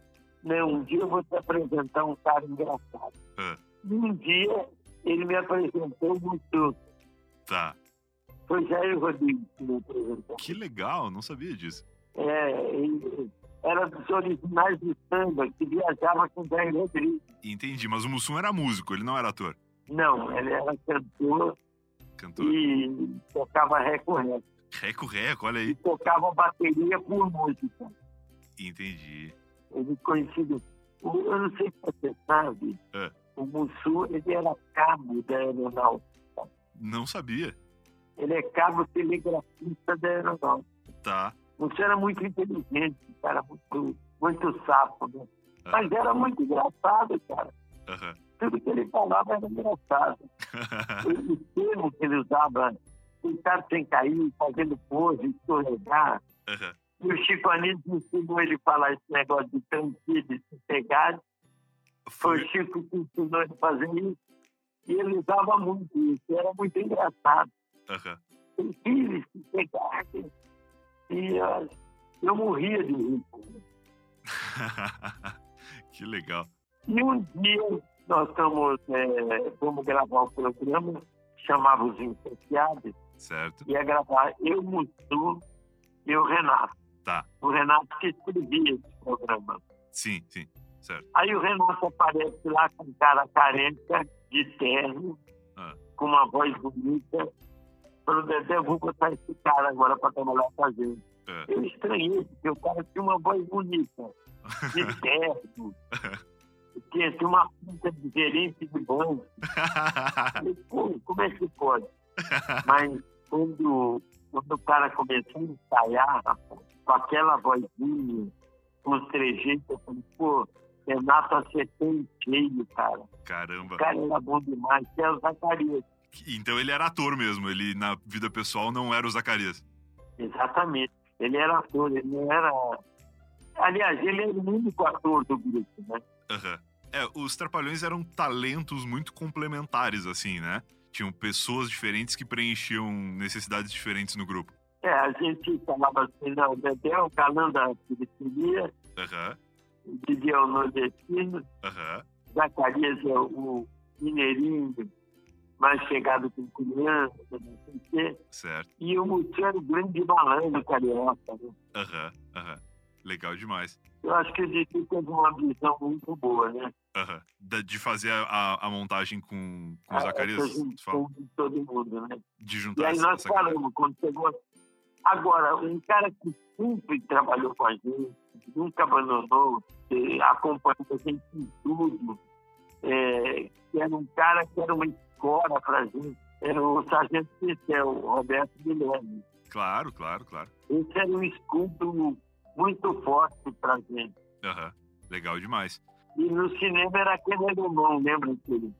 [SPEAKER 2] não, um dia eu vou te apresentar um cara engraçado.
[SPEAKER 1] Ah.
[SPEAKER 2] E um dia ele me apresentou muito.
[SPEAKER 1] Tá.
[SPEAKER 2] Foi Jair Rodrigues que me apresentou.
[SPEAKER 1] Que legal, não sabia disso.
[SPEAKER 2] É, ele era dos originais do samba, que viajava com o Jair Rodrigues.
[SPEAKER 1] Entendi, mas o Mussum era músico, ele não era ator.
[SPEAKER 2] Não, ele era cantor
[SPEAKER 1] Cantor.
[SPEAKER 2] e tocava recorrente.
[SPEAKER 1] Reco, reco, olha aí.
[SPEAKER 2] tocava bateria por música.
[SPEAKER 1] Entendi.
[SPEAKER 2] Ele é conhecido, o- eu não sei se você sabe,
[SPEAKER 1] É.
[SPEAKER 2] o Mussu, ele era cabo da aeronáutica.
[SPEAKER 1] Não sabia.
[SPEAKER 2] Ele é cabo telegrafista da aeronáutica.
[SPEAKER 1] Tá.
[SPEAKER 2] O Mussu era muito inteligente, um cara, muito, muito sapo, né?
[SPEAKER 1] É.
[SPEAKER 2] Mas era muito engraçado, cara.
[SPEAKER 1] Ah, Aham.
[SPEAKER 2] Tudo que ele falava era engraçado. O termo que ele usava, sentado sem cair, fazendo pose, escorregar,
[SPEAKER 1] Aham.
[SPEAKER 2] E o Chico Anísio me ensinou ele a falar esse negócio de tranquilo e sossegado. Foi o
[SPEAKER 1] Foi.
[SPEAKER 2] Chico que ensinou ele a fazer isso. E ele usava muito isso. Era muito engraçado.
[SPEAKER 1] Aham.
[SPEAKER 2] Tranquilo e sossegado. E ah, eu morria de rir.
[SPEAKER 1] que legal.
[SPEAKER 2] E um dia nós estamos, eh, fomos gravar o programa, chamava os infectados,
[SPEAKER 1] Certo.
[SPEAKER 2] ia gravar eu, Mussu e o Renato.
[SPEAKER 1] Tá.
[SPEAKER 2] O Renato que escrevia esse programa.
[SPEAKER 1] Sim, sim.
[SPEAKER 2] Aí o Renato aparece lá com um cara careca, de terno,
[SPEAKER 1] Ah.
[SPEAKER 2] com uma voz bonita. Falou, Dedé, eu vou botar esse cara agora para trabalhar com a gente.
[SPEAKER 1] Ah.
[SPEAKER 2] Eu estranhei, porque o cara tinha uma voz bonita, de terno. tinha, tinha uma pinta de gerente de banco. Falei, "Pô, como é que pode? Mas quando, quando o cara começou a ensaiar, rapaz, com aquela vozinha, com os trejeitos, eu falei, pô, Renato acertou em cheio, cara.
[SPEAKER 1] Caramba.
[SPEAKER 2] O cara era bom demais, que era o Zacarias.
[SPEAKER 1] Então ele era ator mesmo, ele na vida pessoal não era o Zacarias.
[SPEAKER 2] Exatamente. Ele era ator, ele não era. Aliás, ele era o único ator do grupo, né?
[SPEAKER 1] Aham. É, os Trapalhões eram talentos muito complementares, assim, né? Tinham pessoas diferentes que preenchiam necessidades diferentes no grupo.
[SPEAKER 2] É, a gente falava assim, não, o Dedé é o galã da periferia,
[SPEAKER 1] Aham,
[SPEAKER 2] o Didi é o nordestino,
[SPEAKER 1] aham,
[SPEAKER 2] Zacarias é o mineirinho mais chegado com criança, não sei o quê.
[SPEAKER 1] certo.
[SPEAKER 2] E o Luciano Grande Malandro Carioca. né?
[SPEAKER 1] Aham, aham. Legal demais.
[SPEAKER 2] Eu acho que o Didi teve uma visão muito boa, né?
[SPEAKER 1] Aham. Da- De fazer a, a- a montagem com, com
[SPEAKER 2] Ah, é,
[SPEAKER 1] o Zacarias,
[SPEAKER 2] Essa
[SPEAKER 1] tu fala?
[SPEAKER 2] junção de todo mundo, né?
[SPEAKER 1] de
[SPEAKER 2] E
[SPEAKER 1] juntar
[SPEAKER 2] aí
[SPEAKER 1] essa,
[SPEAKER 2] nós
[SPEAKER 1] essa galera.
[SPEAKER 2] falamos, quando chegou... Agora, um cara que sempre trabalhou com a gente, nunca abandonou, eh, acompanhou a gente em tudo, eh, que era um cara que era uma escola pra gente, era o Sargento Pincel, o Roberto Guilherme.
[SPEAKER 1] Claro, claro, claro.
[SPEAKER 2] Esse era um escudo muito forte pra gente.
[SPEAKER 1] Aham. Legal demais.
[SPEAKER 2] E no cinema era aquele alemão, lembra aquele?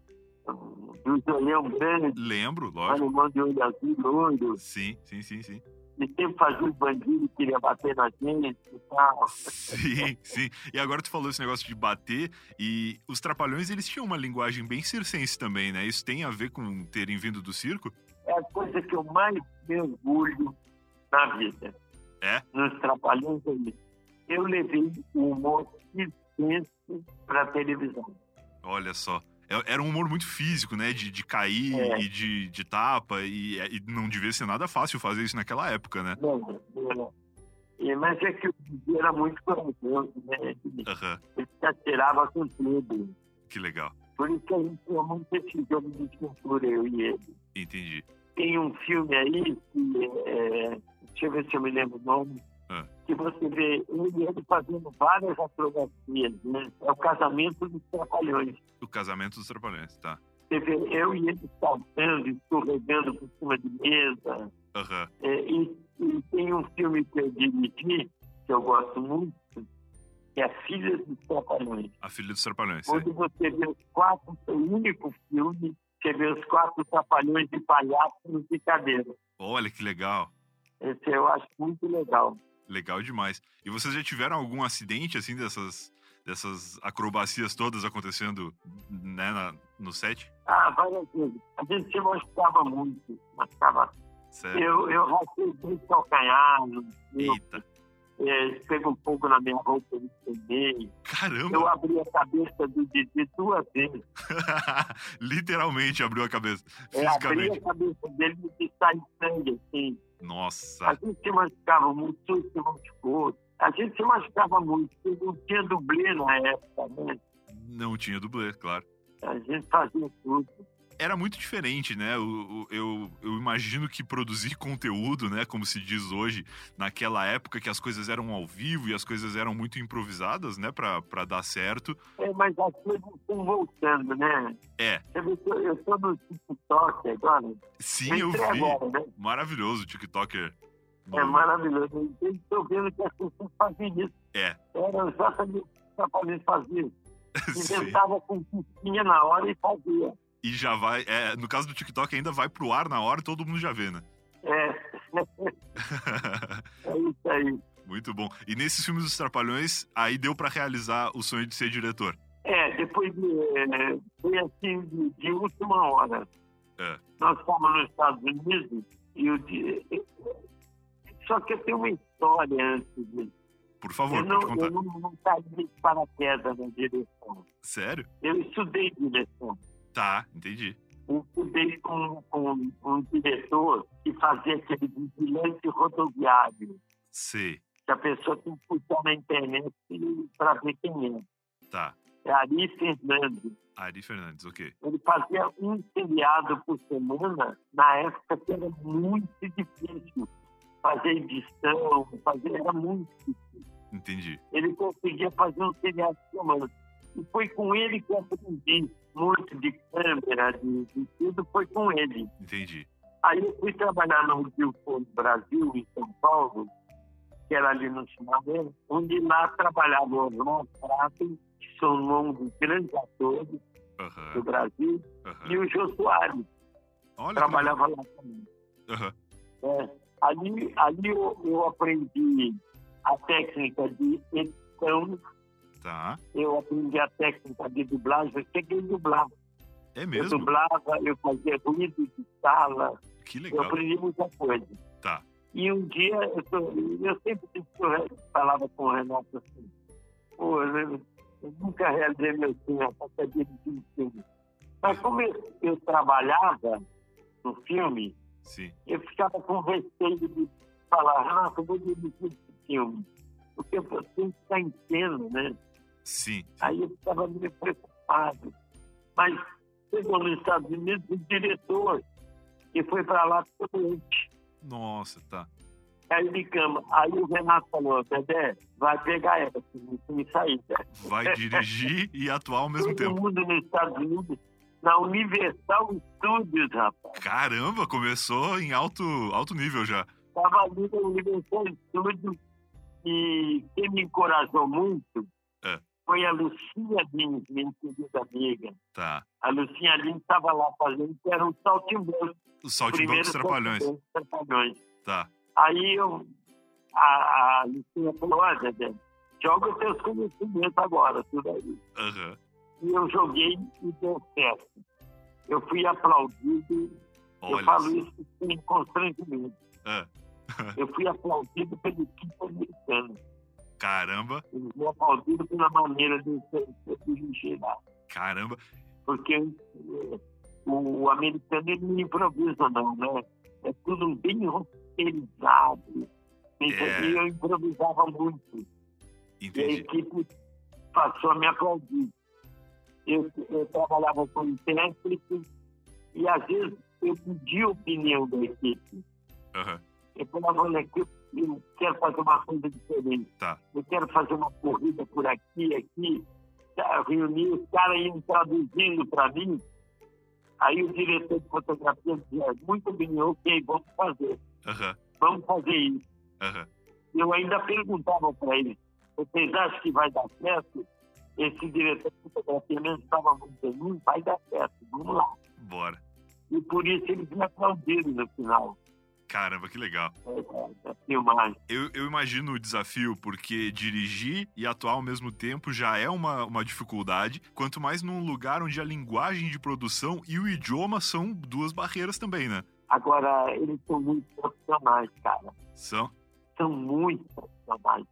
[SPEAKER 2] Do olhão grande,
[SPEAKER 1] Lembro, lógico.
[SPEAKER 2] alemão de olho azul, loiro,
[SPEAKER 1] Sim, sim, sim, sim.
[SPEAKER 2] e sempre fazia os bandidos, queria bater na gente e tal.
[SPEAKER 1] Sim, sim. E agora tu falou esse negócio de bater e os trapalhões eles tinham uma linguagem bem circense também, né? Isso tem a ver com terem vindo do circo?
[SPEAKER 2] É a coisa que eu mais me orgulho na vida.
[SPEAKER 1] É?
[SPEAKER 2] Nos trabalhos aí. Eu levei o humor circense pra televisão.
[SPEAKER 1] Olha só. É- Era um humor muito físico, né? De, de cair
[SPEAKER 2] É.
[SPEAKER 1] e de, de tapa, e, e não devia ser nada fácil fazer isso naquela época, né?
[SPEAKER 2] Não, era- e- Mas é que o Didi era muito corajoso, né? Ele-
[SPEAKER 1] Aham,
[SPEAKER 2] ele se atirava com tudo.
[SPEAKER 1] que legal.
[SPEAKER 2] Por isso que a gente tinha muito esse jogo de cultura, eu e ele.
[SPEAKER 1] Entendi.
[SPEAKER 2] Tem um filme aí que é, Deixa eu ver se eu me lembro o nome.
[SPEAKER 1] Ah.
[SPEAKER 2] que você vê ele, ele fazendo várias acrobacias, né? É o casamento dos trapalhões.
[SPEAKER 1] O casamento dos trapalhões, tá.
[SPEAKER 2] Você vê eu e ele saltando, escorregando por cima de mesa.
[SPEAKER 1] Aham.
[SPEAKER 2] É, e, e tem um filme que eu dirigi, que eu gosto muito, que é Filhas dos Trapalhões.
[SPEAKER 1] A filha dos trapalhões. sei.
[SPEAKER 2] Onde você vê os quatro, o único filme, você vê os quatro trapalhões de palhaços de cadeira.
[SPEAKER 1] Olha que legal.
[SPEAKER 2] Esse eu acho muito legal.
[SPEAKER 1] Legal demais. E vocês já tiveram algum acidente, assim, dessas, dessas acrobacias todas acontecendo, né, na- no set?
[SPEAKER 2] Ah, várias vezes. A gente se machucava muito. Machucava.
[SPEAKER 1] Sério?
[SPEAKER 2] Eu, eu raspei dois calcanhares, eu,
[SPEAKER 1] Eita.
[SPEAKER 2] é, pegou um pouco na minha roupa, eu escondei. Eu
[SPEAKER 1] Caramba!
[SPEAKER 2] abri a cabeça do Didi duas vezes.
[SPEAKER 1] Literalmente abriu a cabeça.
[SPEAKER 2] É, abri a
[SPEAKER 1] Fisicamente.
[SPEAKER 2] cabeça dele e sai sangue, assim. A
[SPEAKER 1] Nossa.
[SPEAKER 2] gente se machucava muito, tudo se machucou. A gente se machucava muito, porque não tinha dublê na época, né?
[SPEAKER 1] Não tinha dublê, claro.
[SPEAKER 2] A gente fazia tudo.
[SPEAKER 1] era muito diferente, né? O- o- Eu, eu imagino que produzir conteúdo, né? Como se diz hoje, naquela época que as coisas eram ao vivo e as coisas eram muito improvisadas, né? Pra, pra dar certo.
[SPEAKER 2] É, mas as coisas estão voltando, né?
[SPEAKER 1] É.
[SPEAKER 2] Você vê que Eu eu tô no TikTok agora.
[SPEAKER 1] Sim, eu
[SPEAKER 2] entrei
[SPEAKER 1] vi.
[SPEAKER 2] agora, né?
[SPEAKER 1] Maravilhoso, TikToker.
[SPEAKER 2] É maravilhoso. Eu estou vendo que as pessoas faziam isso.
[SPEAKER 1] É.
[SPEAKER 2] Era exatamente o que os japoneses faziam.
[SPEAKER 1] Sim.
[SPEAKER 2] Inventava com piscinha na hora e fazia.
[SPEAKER 1] E já vai. é, no caso do TikTok, ainda vai pro ar na hora e todo mundo já vê, né?
[SPEAKER 2] É, é isso aí.
[SPEAKER 1] muito bom. E nesses filmes dos Trapalhões, aí deu pra realizar o sonho de ser diretor.
[SPEAKER 2] É, depois de, é, foi assim de, de última hora.
[SPEAKER 1] É.
[SPEAKER 2] Nós fomos nos Estados Unidos e o di- só que eu tenho uma história antes disso.
[SPEAKER 1] Por
[SPEAKER 2] Eu
[SPEAKER 1] favor,
[SPEAKER 2] não,
[SPEAKER 1] pode contar.
[SPEAKER 2] eu não, não caí de paraquedas na direção.
[SPEAKER 1] Sério?
[SPEAKER 2] Eu estudei direção.
[SPEAKER 1] Tá, entendi.
[SPEAKER 2] Eu estudei um com, com um diretor que fazia aquele vigilante rodoviário,
[SPEAKER 1] Sei.
[SPEAKER 2] que a pessoa tem que puxar na internet para ver quem é.
[SPEAKER 1] Tá.
[SPEAKER 2] É Ari Fernandes.
[SPEAKER 1] Ari Fernandes, ok.
[SPEAKER 2] Ele fazia um seriado por semana, na época que era muito difícil fazer edição, fazer, era muito
[SPEAKER 1] Entendi.
[SPEAKER 2] ele conseguia fazer um seriado de semana. E foi com ele que eu aprendi muito de câmera, de, de tudo, foi com ele.
[SPEAKER 1] Entendi.
[SPEAKER 2] Aí eu fui trabalhar no Rio Fundo Brasil, em São Paulo, que era ali no Chimaré, onde lá trabalhava o Orlon Prato, que são um dos grandes atores
[SPEAKER 1] Aham.
[SPEAKER 2] do Brasil,
[SPEAKER 1] aham.
[SPEAKER 2] e o Jô Soares,
[SPEAKER 1] Olha.
[SPEAKER 2] trabalhava lá também.
[SPEAKER 1] que legal. Aham.
[SPEAKER 2] É, ali ali eu, eu aprendi a técnica de edição
[SPEAKER 1] Tá.
[SPEAKER 2] eu aprendi a técnica de dublagem, eu cheguei a dublar.
[SPEAKER 1] É
[SPEAKER 2] Eu
[SPEAKER 1] mesmo?
[SPEAKER 2] dublava, eu fazia ruído de sala,
[SPEAKER 1] Que
[SPEAKER 2] eu
[SPEAKER 1] legal.
[SPEAKER 2] aprendi muita coisa.
[SPEAKER 1] Tá.
[SPEAKER 2] E um dia, eu, tô- eu sempre disse que eu re- falava com o Renato assim, pô, eu, eu nunca realizei meu sonho, eu só sabia de um filme. Mas como eu, eu trabalhava no filme,
[SPEAKER 1] Sim.
[SPEAKER 2] eu ficava com receio de falar, Renato, eu vou dirigir esse filme. Porque eu tenho que estar em cena, né?
[SPEAKER 1] Sim.
[SPEAKER 2] Aí eu estava meio preocupado. Mas chegou nos Estados Unidos o diretor, que foi para lá doente.
[SPEAKER 1] Nossa, tá.
[SPEAKER 2] Aí ligamos. Aí o Renato falou, Dedé, vai pegar ela, que não tem saída.
[SPEAKER 1] Vai dirigir e atuar ao mesmo
[SPEAKER 2] Todo
[SPEAKER 1] tempo.
[SPEAKER 2] mundo nos Estados Unidos, na Universal Studios, rapaz.
[SPEAKER 1] Caramba, começou em alto, alto nível já.
[SPEAKER 2] Estava ali na Universal Studios e quem me encorajou muito
[SPEAKER 1] É.
[SPEAKER 2] foi a Lucinha Lins, minha querida amiga.
[SPEAKER 1] Tá.
[SPEAKER 2] A Lucinha Lins estava lá fazendo, que era um saltimbanco.
[SPEAKER 1] O saltimbanco dos trapalhões.
[SPEAKER 2] Saltimbanco dos Trapalhões.
[SPEAKER 1] Tá.
[SPEAKER 2] Aí eu, a, a Lucinha falou, ó, Zezé, joga os seus conhecimentos agora, tudo aí.
[SPEAKER 1] Aham.
[SPEAKER 2] E eu joguei e deu certo. Eu fui aplaudido, eu
[SPEAKER 1] Olha.
[SPEAKER 2] falo
[SPEAKER 1] só.
[SPEAKER 2] isso sem constrangimento.
[SPEAKER 1] Ah,
[SPEAKER 2] Eu fui aplaudido pela equipe americana.
[SPEAKER 1] Caramba,
[SPEAKER 2] Eu fui aplaudido pela maneira de eu de eu dirigir lá.
[SPEAKER 1] caramba.
[SPEAKER 2] Porque eh, o, o americano ele não improvisa, não, né? É tudo bem roteirizado.
[SPEAKER 1] É.
[SPEAKER 2] E eu improvisava muito. E a
[SPEAKER 1] Entendi.
[SPEAKER 2] equipe passou a me aplaudir. Eu, eu trabalhava como técnico e às vezes eu pedia opinião da equipe.
[SPEAKER 1] Aham.
[SPEAKER 2] Eu falava, olha, que eu eu quero fazer uma coisa diferente.
[SPEAKER 1] Tá.
[SPEAKER 2] Eu quero fazer uma corrida por aqui, aqui, tá, reunir os caras iam traduzindo para mim. Aí o diretor de fotografia dizia, muito bem, ok, vamos fazer,
[SPEAKER 1] Aham,
[SPEAKER 2] vamos fazer isso.
[SPEAKER 1] aham.
[SPEAKER 2] Eu ainda perguntava para ele, vocês acham que vai dar certo? Esse diretor de fotografia mesmo estava muito bem, não vai dar certo, vamos lá.
[SPEAKER 1] Bora.
[SPEAKER 2] E por isso eles me aplaudiram no final
[SPEAKER 1] Caramba, que legal.
[SPEAKER 2] eh, da da filmagem.
[SPEAKER 1] Eu, eu imagino o desafio, porque dirigir e atuar ao mesmo tempo já é uma, uma dificuldade, quanto mais num lugar onde a linguagem de produção e o idioma são duas barreiras também, né?
[SPEAKER 2] Agora, eles são muito profissionais, cara.
[SPEAKER 1] São.
[SPEAKER 2] São muito profissionais.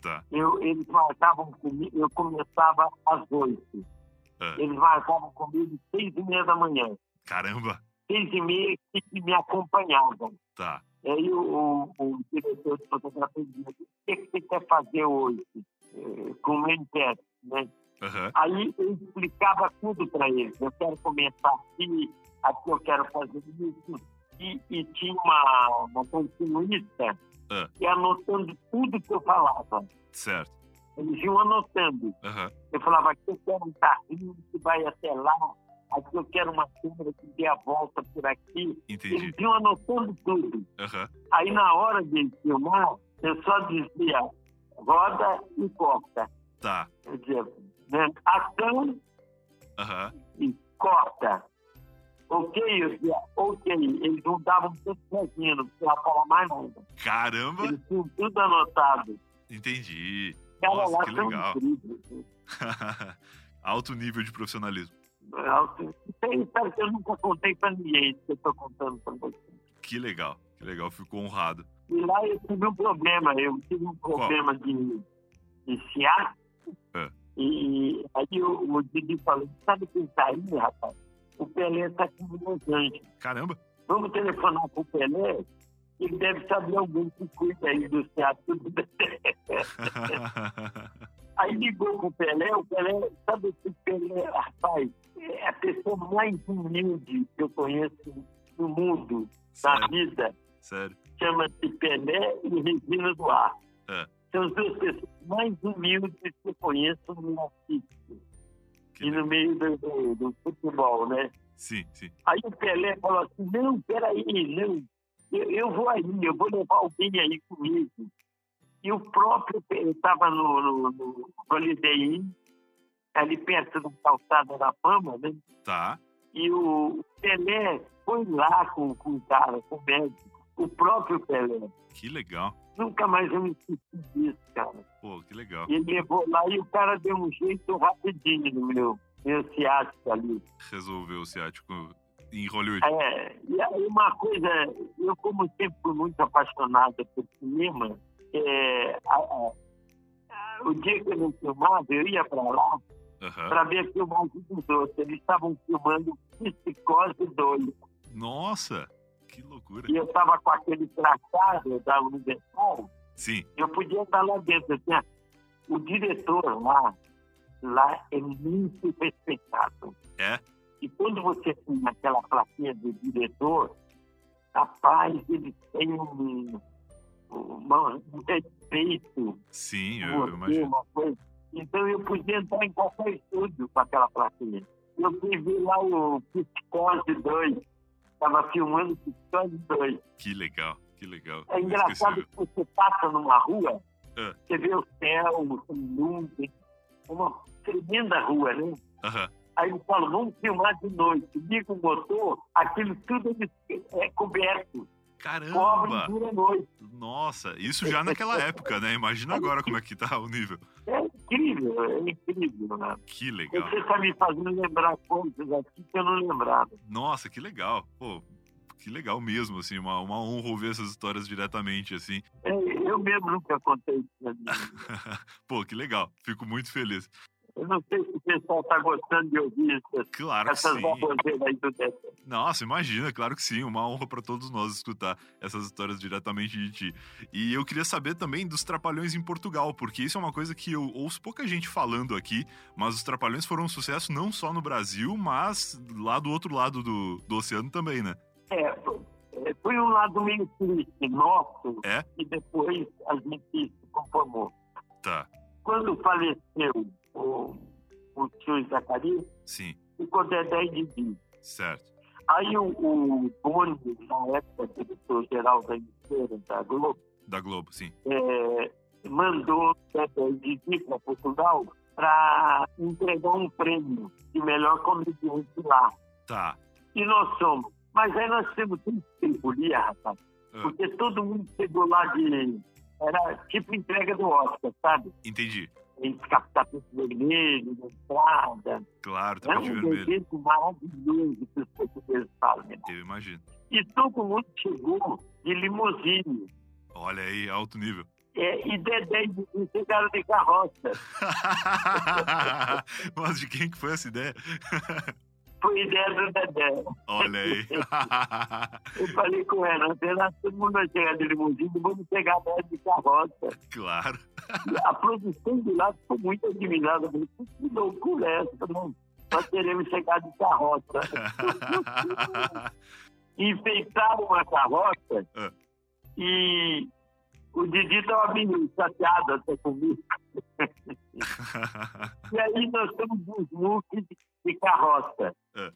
[SPEAKER 1] Tá.
[SPEAKER 2] Eu, eles marcavam comigo, eu começava às oito.
[SPEAKER 1] Ah.
[SPEAKER 2] Eles marcavam comigo seis e meia da manhã.
[SPEAKER 1] Caramba.
[SPEAKER 2] Seis e meia que que me acompanhavam.
[SPEAKER 1] Tá.
[SPEAKER 2] E aí o, o, o um, diretor de fotografia dizia, o que que você quer fazer hoje? Eh, Com o Mendes, né?
[SPEAKER 1] Aham.
[SPEAKER 2] Aí eu explicava tudo para eles. Eu quero começar aqui, aqui eu quero fazer isso. E, e tinha uma, uma continuista
[SPEAKER 1] Ah.
[SPEAKER 2] que anotando tudo que eu falava.
[SPEAKER 1] Certo.
[SPEAKER 2] Eles iam anotando.
[SPEAKER 1] Aham.
[SPEAKER 2] Eu falava, aqui eu quero um carrinho que vai até lá. Aqui eu quero uma câmera que dê a volta por aqui.
[SPEAKER 1] Entendi.
[SPEAKER 2] Eles iam anotando tudo.
[SPEAKER 1] Aham.
[SPEAKER 2] Aí na hora de filmar, eu só dizia roda e corta.
[SPEAKER 1] Tá.
[SPEAKER 2] Quer dizer, né? ação
[SPEAKER 1] Aham.
[SPEAKER 2] e corta. Ok, eu dizia, ok. Eles não davam tempo sozinho, não precisava falar mais nada.
[SPEAKER 1] Caramba.
[SPEAKER 2] Eles tinham tudo anotado.
[SPEAKER 1] Entendi.
[SPEAKER 2] Cara,
[SPEAKER 1] Nossa,
[SPEAKER 2] lá
[SPEAKER 1] que
[SPEAKER 2] tão
[SPEAKER 1] legal.
[SPEAKER 2] incrível.
[SPEAKER 1] Alto nível de profissionalismo.
[SPEAKER 2] É Tem história que eu nunca contei pra ninguém, isso que eu tô contando pra você.
[SPEAKER 1] Que legal. Que legal. Fico honrado.
[SPEAKER 2] E lá eu tive um problema, eu tive um problema de, de ciático.
[SPEAKER 1] É.
[SPEAKER 2] E aí o, o Didi falou, sabe quem tá aí, rapaz? O Pelé tá aqui no Los Angeles.
[SPEAKER 1] Caramba.
[SPEAKER 2] Vamos telefonar pro Pelé? Ele deve saber alguém que cuida aí do teatro do Pelé. Aí ligou pro Pelé, o Pelé, sabe esse Pelé, rapaz, é a pessoa mais humilde que eu conheço no mundo, na
[SPEAKER 1] sério.
[SPEAKER 2] vida.
[SPEAKER 1] Sério.
[SPEAKER 2] Chama-se Pelé e Regina Duarte.
[SPEAKER 1] É.
[SPEAKER 2] São as duas pessoas mais humildes que eu conheço no meu artístico
[SPEAKER 1] Que
[SPEAKER 2] e
[SPEAKER 1] legal.
[SPEAKER 2] no meio do- do- do futebol, né?
[SPEAKER 1] Sim, sim.
[SPEAKER 2] Aí o Pelé falou assim, não, peraí, não, eu, eu vou aí, eu vou levar alguém aí comigo. E o próprio, Pe- eu estava no, no, no Holiday Inn, ali perto do calçado da fama, né?
[SPEAKER 1] Tá.
[SPEAKER 2] E o Pelé foi lá com, com o cara, com o médico, o próprio Pelé.
[SPEAKER 1] Que legal.
[SPEAKER 2] Nunca mais eu me esqueci disso, cara.
[SPEAKER 1] Pô, que legal.
[SPEAKER 2] Ele levou lá e o cara deu um jeito rapidinho no meu, meu ciático ali.
[SPEAKER 1] Resolveu o ciático em Hollywood.
[SPEAKER 2] É, e aí uma coisa, eu como sempre fui muito apaixonada por cinema, é, a- a- a- o dia que eu não filmava, eu ia para lá
[SPEAKER 1] Aham.
[SPEAKER 2] para ver a filmagem dos outros. Eles estavam filmando Psicose 2
[SPEAKER 1] Nossa. Que loucura.
[SPEAKER 2] e eu estava com aquele tratado da Universal,
[SPEAKER 1] Sim.
[SPEAKER 2] eu podia estar lá dentro. Assim, ah, o diretor lá, lá é muito respeitado.
[SPEAKER 1] É?
[SPEAKER 2] E quando você tem aquela plaquinha do diretor, rapaz, ele tem um, uma- um respeito
[SPEAKER 1] Sim,
[SPEAKER 2] por
[SPEAKER 1] eu, eu
[SPEAKER 2] você,
[SPEAKER 1] imagino.
[SPEAKER 2] uma coisa. Então eu podia entrar em qualquer estúdio com aquela plaquinha. Eu fui ver lá o Psicose 2, estava filmando Psicose 2.
[SPEAKER 1] Que legal. Que legal.
[SPEAKER 2] É engraçado
[SPEAKER 1] Inesquecível.
[SPEAKER 2] que você passa numa rua,
[SPEAKER 1] Ah.
[SPEAKER 2] você vê o céu, tem nuvem, uma tremenda rua, né?
[SPEAKER 1] Aham.
[SPEAKER 2] Aí eu falo, vamos filmar de noite. Liga o motor, aquilo tudo é coberto. Cobre
[SPEAKER 1] Caramba.
[SPEAKER 2] dura a noite.
[SPEAKER 1] Nossa. Isso já naquela época, né? Imagina agora como é que tá o nível.
[SPEAKER 2] É incrível, é incrível. Né?
[SPEAKER 1] Que legal.
[SPEAKER 2] Você está me fazendo lembrar coisas aqui que eu não lembrava.
[SPEAKER 1] Nossa, que legal. Pô, que legal mesmo, assim. Uma, uma honra ouvir essas histórias diretamente, assim.
[SPEAKER 2] É, Eu mesmo nunca contei isso pra mim.
[SPEAKER 1] Pô, que legal. Fico muito feliz.
[SPEAKER 2] Eu não sei se o pessoal está gostando de ouvir essas,
[SPEAKER 1] Claro que
[SPEAKER 2] essas
[SPEAKER 1] sim.
[SPEAKER 2] baboseiras aí do deserto.
[SPEAKER 1] Nossa, imagina, claro que sim, uma honra para todos nós escutar essas histórias diretamente de ti. E eu queria saber também dos Trapalhões em Portugal, porque isso é uma coisa que eu ouço pouca gente falando aqui, mas os Trapalhões foram um sucesso não só no Brasil, mas lá do outro lado do, do oceano também, né?
[SPEAKER 2] É, foi- é, foi foi um lado meio triste nosso,
[SPEAKER 1] É?
[SPEAKER 2] e depois a gente se conformou.
[SPEAKER 1] Tá,
[SPEAKER 2] Quando faleceu o, o tio Zacarias,
[SPEAKER 1] sim,
[SPEAKER 2] ficou Dedé e Didi.
[SPEAKER 1] certo.
[SPEAKER 2] Aí o, o Boni, na época, diretor-geral da emissora da Globo,
[SPEAKER 1] Da Globo, sim.
[SPEAKER 2] é, mandou Dedé e Didi para Portugal para entregar um prêmio de melhor comediante lá.
[SPEAKER 1] Tá.
[SPEAKER 2] E nós somos. Mas aí nós temos uma categoria, rapaz.
[SPEAKER 1] Ah.
[SPEAKER 2] Porque todo mundo chegou lá de. Era tipo entrega do Oscar, sabe?
[SPEAKER 1] Entendi.
[SPEAKER 2] Entre capitapete vermelho, na estrada.
[SPEAKER 1] Claro,
[SPEAKER 2] É
[SPEAKER 1] tapete
[SPEAKER 2] um
[SPEAKER 1] vermelho.
[SPEAKER 2] desejo maravilhoso que os portugueses fazem.
[SPEAKER 1] Eu imagino.
[SPEAKER 2] E todo mundo chegou de limusine.
[SPEAKER 1] Olha aí, alto nível.
[SPEAKER 2] É, e Dedé e Didi chegaram de carroça.
[SPEAKER 1] Mas de quem que foi essa ideia?
[SPEAKER 2] Foi ideia do Dedé.
[SPEAKER 1] Olha aí.
[SPEAKER 2] Eu falei com ela, será que todo mundo vai chegar de limusine? Vamos pegar a de carroça.
[SPEAKER 1] claro.
[SPEAKER 2] a produção de lá ficou muito admirada. Eu falei, Que loucura é essa, não? Nós queremos chegar de carroça. Enfeitaram uma carroça
[SPEAKER 1] Ah.
[SPEAKER 2] e o Didi tá estava meio chateado até comigo. tá E aí nós temos uns looks de, de carroça.
[SPEAKER 1] Ah.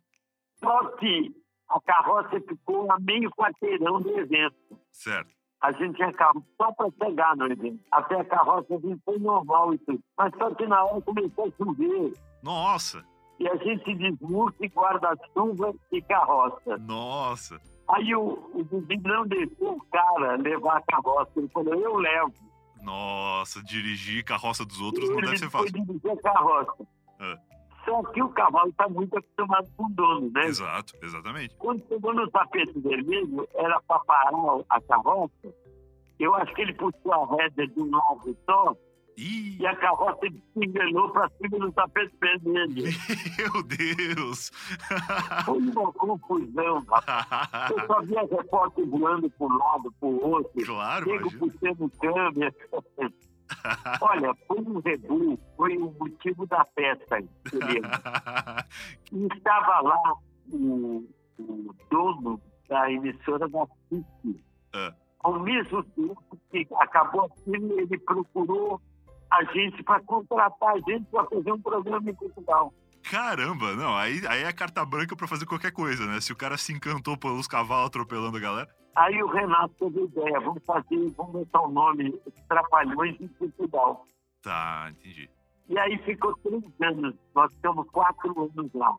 [SPEAKER 2] Só que a carroça ficou a meio quarteirão do evento.
[SPEAKER 1] certo.
[SPEAKER 2] A gente tinha carro só para chegar no evento. Até a carroça vir foi normal e tudo. Mas só que na hora começou a chover.
[SPEAKER 1] Nossa,
[SPEAKER 2] E a gente desmuta e guarda-chuva e carroça.
[SPEAKER 1] nossa.
[SPEAKER 2] Aí o, o Didi não deixou o cara levar a carroça. Ele falou, eu levo.
[SPEAKER 1] Nossa, dirigir carroça dos outros não
[SPEAKER 2] Ele
[SPEAKER 1] deve ser
[SPEAKER 2] foi
[SPEAKER 1] fácil.
[SPEAKER 2] dirigir a carroça.
[SPEAKER 1] Ah.
[SPEAKER 2] Só que o cavalo está muito acostumado com o dono, né?
[SPEAKER 1] Exato, exatamente.
[SPEAKER 2] Quando chegou no tapete vermelho, era para parar a carroça. Eu acho que ele puxou a rédea de um lado só
[SPEAKER 1] Ih,
[SPEAKER 2] e a carroça se enganou para cima do tapete vermelho.
[SPEAKER 1] meu Deus.
[SPEAKER 2] Foi uma confusão, rapaz. Eu só via repórter voando para um lado, para o outro.
[SPEAKER 1] claro,
[SPEAKER 2] Chego
[SPEAKER 1] imagina.
[SPEAKER 2] puxando câmera. Olha, foi um rebu, foi o motivo da festa. entendeu? E estava lá o, o dono da emissora da FIC.
[SPEAKER 1] Ah.
[SPEAKER 2] Ao mesmo tempo que acabou aquilo, ele procurou a gente para contratar a gente para fazer um programa em Portugal.
[SPEAKER 1] Caramba, não, aí, aí é carta branca pra fazer qualquer coisa, né? Se o cara se encantou pelos cavalos atropelando a galera.
[SPEAKER 2] Aí o Renato teve ideia, vamos fazer, vamos botar o nome Trapalhões em Portugal.
[SPEAKER 1] Tá, entendi.
[SPEAKER 2] E aí ficou três anos, nós ficamos quatro anos lá.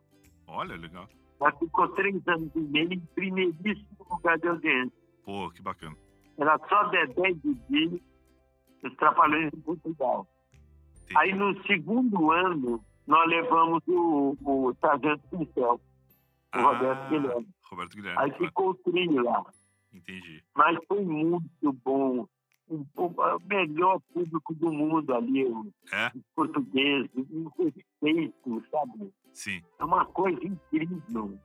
[SPEAKER 1] Olha, legal.
[SPEAKER 2] Ela ficou três anos e meio em primeiríssimo lugar de audiência.
[SPEAKER 1] Pô, que bacana.
[SPEAKER 2] Era só Dedé e Didi, os Trapalhões em Portugal.
[SPEAKER 1] Entendi.
[SPEAKER 2] Aí no segundo ano, nós levamos o, o Sargento Pincel, o
[SPEAKER 1] Ah, é
[SPEAKER 2] Roberto Guilherme.
[SPEAKER 1] Roberto Guilherme,
[SPEAKER 2] Aí
[SPEAKER 1] claro.
[SPEAKER 2] ficou o trio lá.
[SPEAKER 1] Entendi.
[SPEAKER 2] Mas foi muito bom. O, o- o melhor público do mundo ali, os
[SPEAKER 1] É?
[SPEAKER 2] portugueses, um respeito, sabe?
[SPEAKER 1] Sim,
[SPEAKER 2] É uma coisa incrível.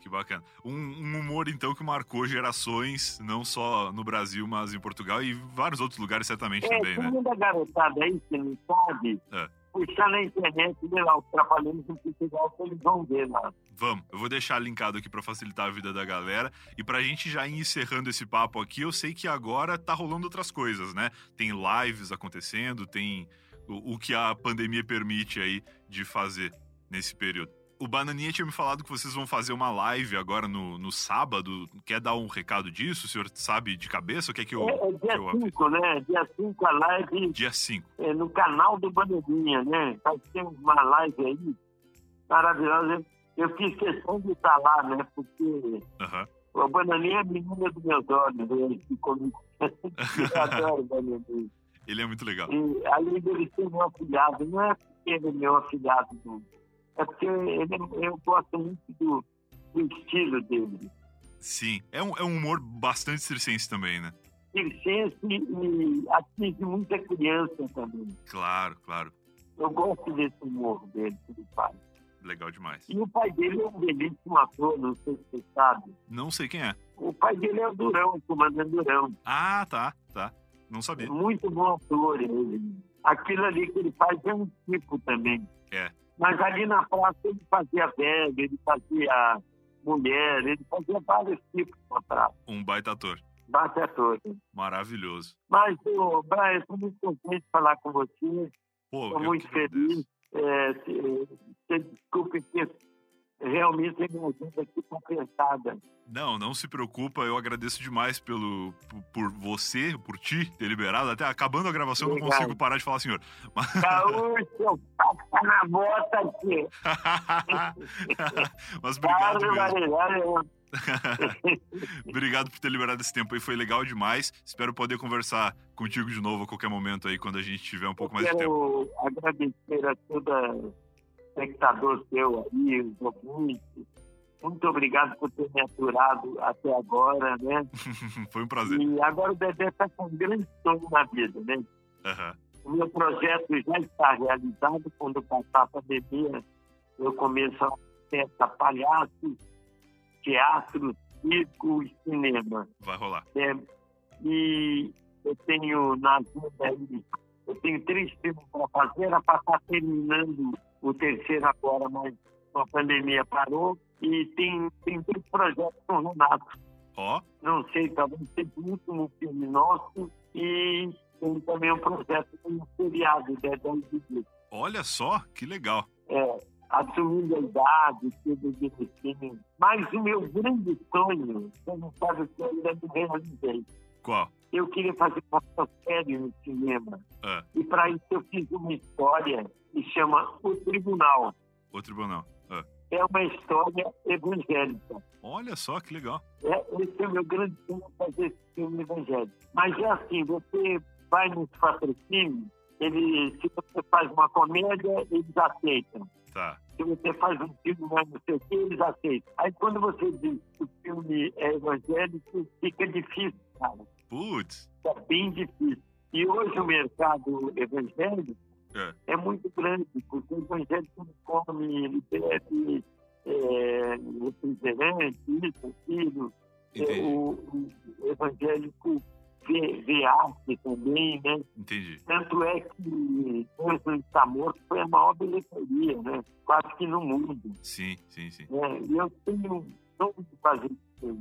[SPEAKER 1] que bacana. Um, um humor, então, que marcou gerações, não só no Brasil, mas em Portugal e vários outros lugares, certamente,
[SPEAKER 2] É,
[SPEAKER 1] também,
[SPEAKER 2] tem
[SPEAKER 1] né?
[SPEAKER 2] muita garotada aí que não sabe,
[SPEAKER 1] É.
[SPEAKER 2] puxar na internet, vê lá, os trapalhões do Portugal, que eles vão ver lá.
[SPEAKER 1] Vamos, eu vou deixar linkado aqui pra facilitar a vida da galera. E pra gente já ir encerrando esse papo aqui, eu sei que agora tá rolando outras coisas, né? Tem lives acontecendo, tem o, o que a pandemia permite aí de fazer nesse período. O Bananinha tinha me falado que vocês vão fazer uma live agora no, no sábado. Quer dar um recado disso? O senhor sabe de cabeça? O que é que eu.
[SPEAKER 2] é, é
[SPEAKER 1] que
[SPEAKER 2] dia
[SPEAKER 1] eu aviso?
[SPEAKER 2] 5, né? Dia 5 a live
[SPEAKER 1] Dia 5.
[SPEAKER 2] é, no canal do Bandeirinha, né? Vai ter uma live aí maravilhosa. Eu fiz questão de estar lá, né? Porque
[SPEAKER 1] Aham.
[SPEAKER 2] o Bananinha é a menina dos meus olhos, né? ele ficou comigo. Eu adoro o Bananinha.
[SPEAKER 1] Ele é muito legal.
[SPEAKER 2] E aí ele ser meu afilhado, não é porque ele é meu afilhado, não. É porque ele, eu gosto muito do, do estilo dele.
[SPEAKER 1] Sim. É um, é um humor bastante circense também, né?
[SPEAKER 2] Circense e atinge muita criança também.
[SPEAKER 1] Claro, claro.
[SPEAKER 2] Eu gosto desse humor dele, que ele faz.
[SPEAKER 1] Legal demais.
[SPEAKER 2] E o pai dele é um belíssimo ator, não sei se você sabe.
[SPEAKER 1] Não sei quem é.
[SPEAKER 2] O pai dele é o Durão, o comandante Durão.
[SPEAKER 1] Ah, tá, tá. Não sabia.
[SPEAKER 2] Muito bom ator ele. Aquilo ali que ele faz é um tipo também.
[SPEAKER 1] É.
[SPEAKER 2] Mas ali na praça ele fazia velho, ele fazia mulher, ele fazia vários tipos de contrato,
[SPEAKER 1] Um baita ator.
[SPEAKER 2] bate a todos.
[SPEAKER 1] Maravilhoso.
[SPEAKER 2] Mas, ô, Brian, estou muito contente de falar com você,
[SPEAKER 1] Pô,
[SPEAKER 2] estou
[SPEAKER 1] eu
[SPEAKER 2] muito
[SPEAKER 1] que agradeço.
[SPEAKER 2] feliz. É, se- se desculpe que realmente a minha agenda aqui está apertada.
[SPEAKER 1] Não, não se preocupa, eu agradeço demais pelo por, por você, por ti, ter liberado. Até acabando a gravação, eu não
[SPEAKER 2] Obrigado.
[SPEAKER 1] consigo parar de falar, senhor.
[SPEAKER 2] Caú, seu passa na bota aqui.
[SPEAKER 1] Mas obrigado mesmo.
[SPEAKER 2] Obrigado,
[SPEAKER 1] Obrigado por ter liberado esse tempo aí, foi legal demais. Espero poder conversar contigo de novo a qualquer momento aí, quando a gente tiver um pouco mais de tempo.
[SPEAKER 2] Quero agradecer a todo espectador seu aí, os ouvintes. Muito obrigado por ter me aturado até agora, né?
[SPEAKER 1] Foi um prazer.
[SPEAKER 2] E agora o Dedé está com um grande sonho na vida, né?
[SPEAKER 1] Aham.
[SPEAKER 2] O meu projeto já está realizado. Quando passar a pandemia, eu começo a festa palhaço, teatro, circo e cinema.
[SPEAKER 1] Vai rolar.
[SPEAKER 2] É, e eu tenho na agenda aí, eu tenho três filmes para fazer, a passar terminando o terceiro agora, mas a pandemia parou. E tem, tem dois projetos com o Renato.
[SPEAKER 1] Ó,
[SPEAKER 2] Não sei, talvez seja o último filme nosso. E tem também um projeto com um seriado, né, da NBC.
[SPEAKER 1] olha só, que legal.
[SPEAKER 2] é, assumindo a idade, tudo direitinho. Mas o meu grande sonho, eu não sabe se eu ainda me realizei
[SPEAKER 1] Qual?
[SPEAKER 2] eu queria fazer uma série no cinema.
[SPEAKER 1] Ah,
[SPEAKER 2] E para isso eu fiz uma história que chama O Tribunal.
[SPEAKER 1] o tribunal. Ah,
[SPEAKER 2] É uma história evangélica.
[SPEAKER 1] olha só, que legal.
[SPEAKER 2] É, esse é o meu grande sonho, fazer esse filme evangélico. Mas é assim, você vai nos patrocínios, ele, se você faz uma comédia, eles aceitam.
[SPEAKER 1] Tá.
[SPEAKER 2] Se você faz um filme, mas não sei o que, eles aceitam. Aí quando você diz que o filme é evangélico, fica difícil, cara.
[SPEAKER 1] Putz.
[SPEAKER 2] é bem difícil. E hoje o mercado evangélico
[SPEAKER 1] É.
[SPEAKER 2] é, muito grande, porque o evangélico não come, ele bebe é, refrigerante, isso, aquilo. É,
[SPEAKER 1] Entendi.
[SPEAKER 2] O, o evangélico vê, vê arte também, né?
[SPEAKER 1] Entendi.
[SPEAKER 2] Tanto é que Deus não está morto foi a maior bilheteria, né? Quase que no mundo.
[SPEAKER 1] Sim, sim, sim.
[SPEAKER 2] Né? E eu tenho sonho de fazer isso.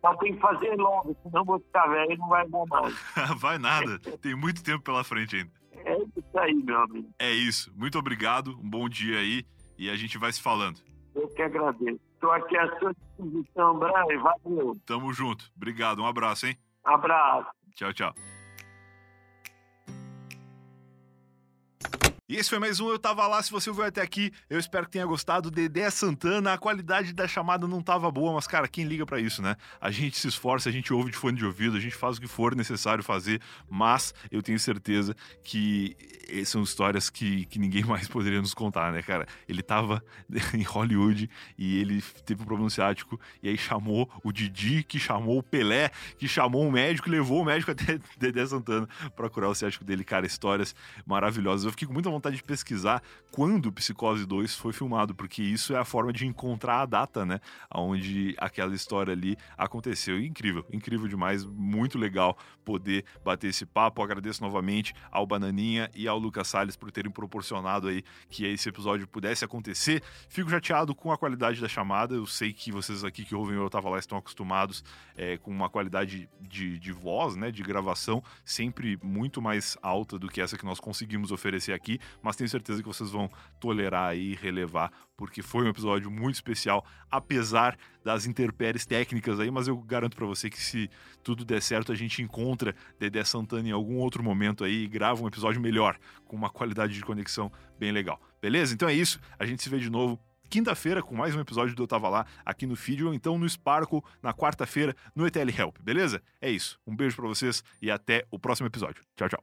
[SPEAKER 2] Só tem que fazer logo, senão eu vou ficar velho e não vai dar mais.
[SPEAKER 1] Vai nada. Tem muito tempo pela frente ainda.
[SPEAKER 2] É isso aí, meu amigo.
[SPEAKER 1] É isso. Muito obrigado. Um bom dia aí. E a gente vai se falando.
[SPEAKER 2] Eu que agradeço. Estou aqui à sua disposição, Brian. Valeu.
[SPEAKER 1] Tamo junto. Obrigado. Um abraço, hein?
[SPEAKER 2] Abraço.
[SPEAKER 1] Tchau, tchau. E esse foi mais um Eu Tava Lá. Se você ouviu até aqui, eu espero que tenha gostado. Dedé Santana, a qualidade da chamada não tava boa, mas, cara, quem liga pra isso, né? A gente se esforça, a gente ouve de fone de ouvido, a gente faz o que for necessário fazer, mas eu tenho certeza que eh, são histórias que, que ninguém mais poderia nos contar, né, cara? Ele tava em Hollywood e ele teve um problema ciático e aí chamou o Didi, que chamou o Pelé, que chamou um médico e levou o médico até Dedé Santana pra curar o ciático dele. Cara, histórias maravilhosas. Eu fiquei com muita vontade de pesquisar quando o Psicose 2 foi filmado, porque isso é a forma de encontrar a data, né? Onde aquela história ali aconteceu. E incrível, incrível demais. Muito legal poder bater esse papo. Agradeço novamente ao Bananinha e ao Lucas Salles por terem proporcionado aí que esse episódio pudesse acontecer. Fico chateado com a qualidade da chamada. Eu sei que vocês aqui que ouvem o eu tava lá estão acostumados é, com uma qualidade de, de voz, né, de gravação, sempre muito mais alta do que essa que nós conseguimos oferecer aqui, mas tenho certeza que vocês vão tolerar aí e relevar, porque foi um episódio muito especial, apesar das intempéries técnicas aí, mas eu garanto pra você que se tudo der certo, a gente encontra Dedé Santana em algum outro momento aí e grava um episódio melhor, com uma qualidade de conexão bem legal. Beleza? Então é isso, a gente se vê de novo quinta-feira com mais um episódio do Eu Tava Lá aqui no feed ou então no Sparkle na quarta-feira no ETL Help, beleza? É isso. Um beijo pra vocês e até o próximo episódio. Tchau, tchau.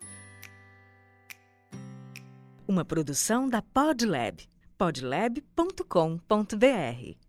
[SPEAKER 3] Uma produção da Podlab, podlab.com.br.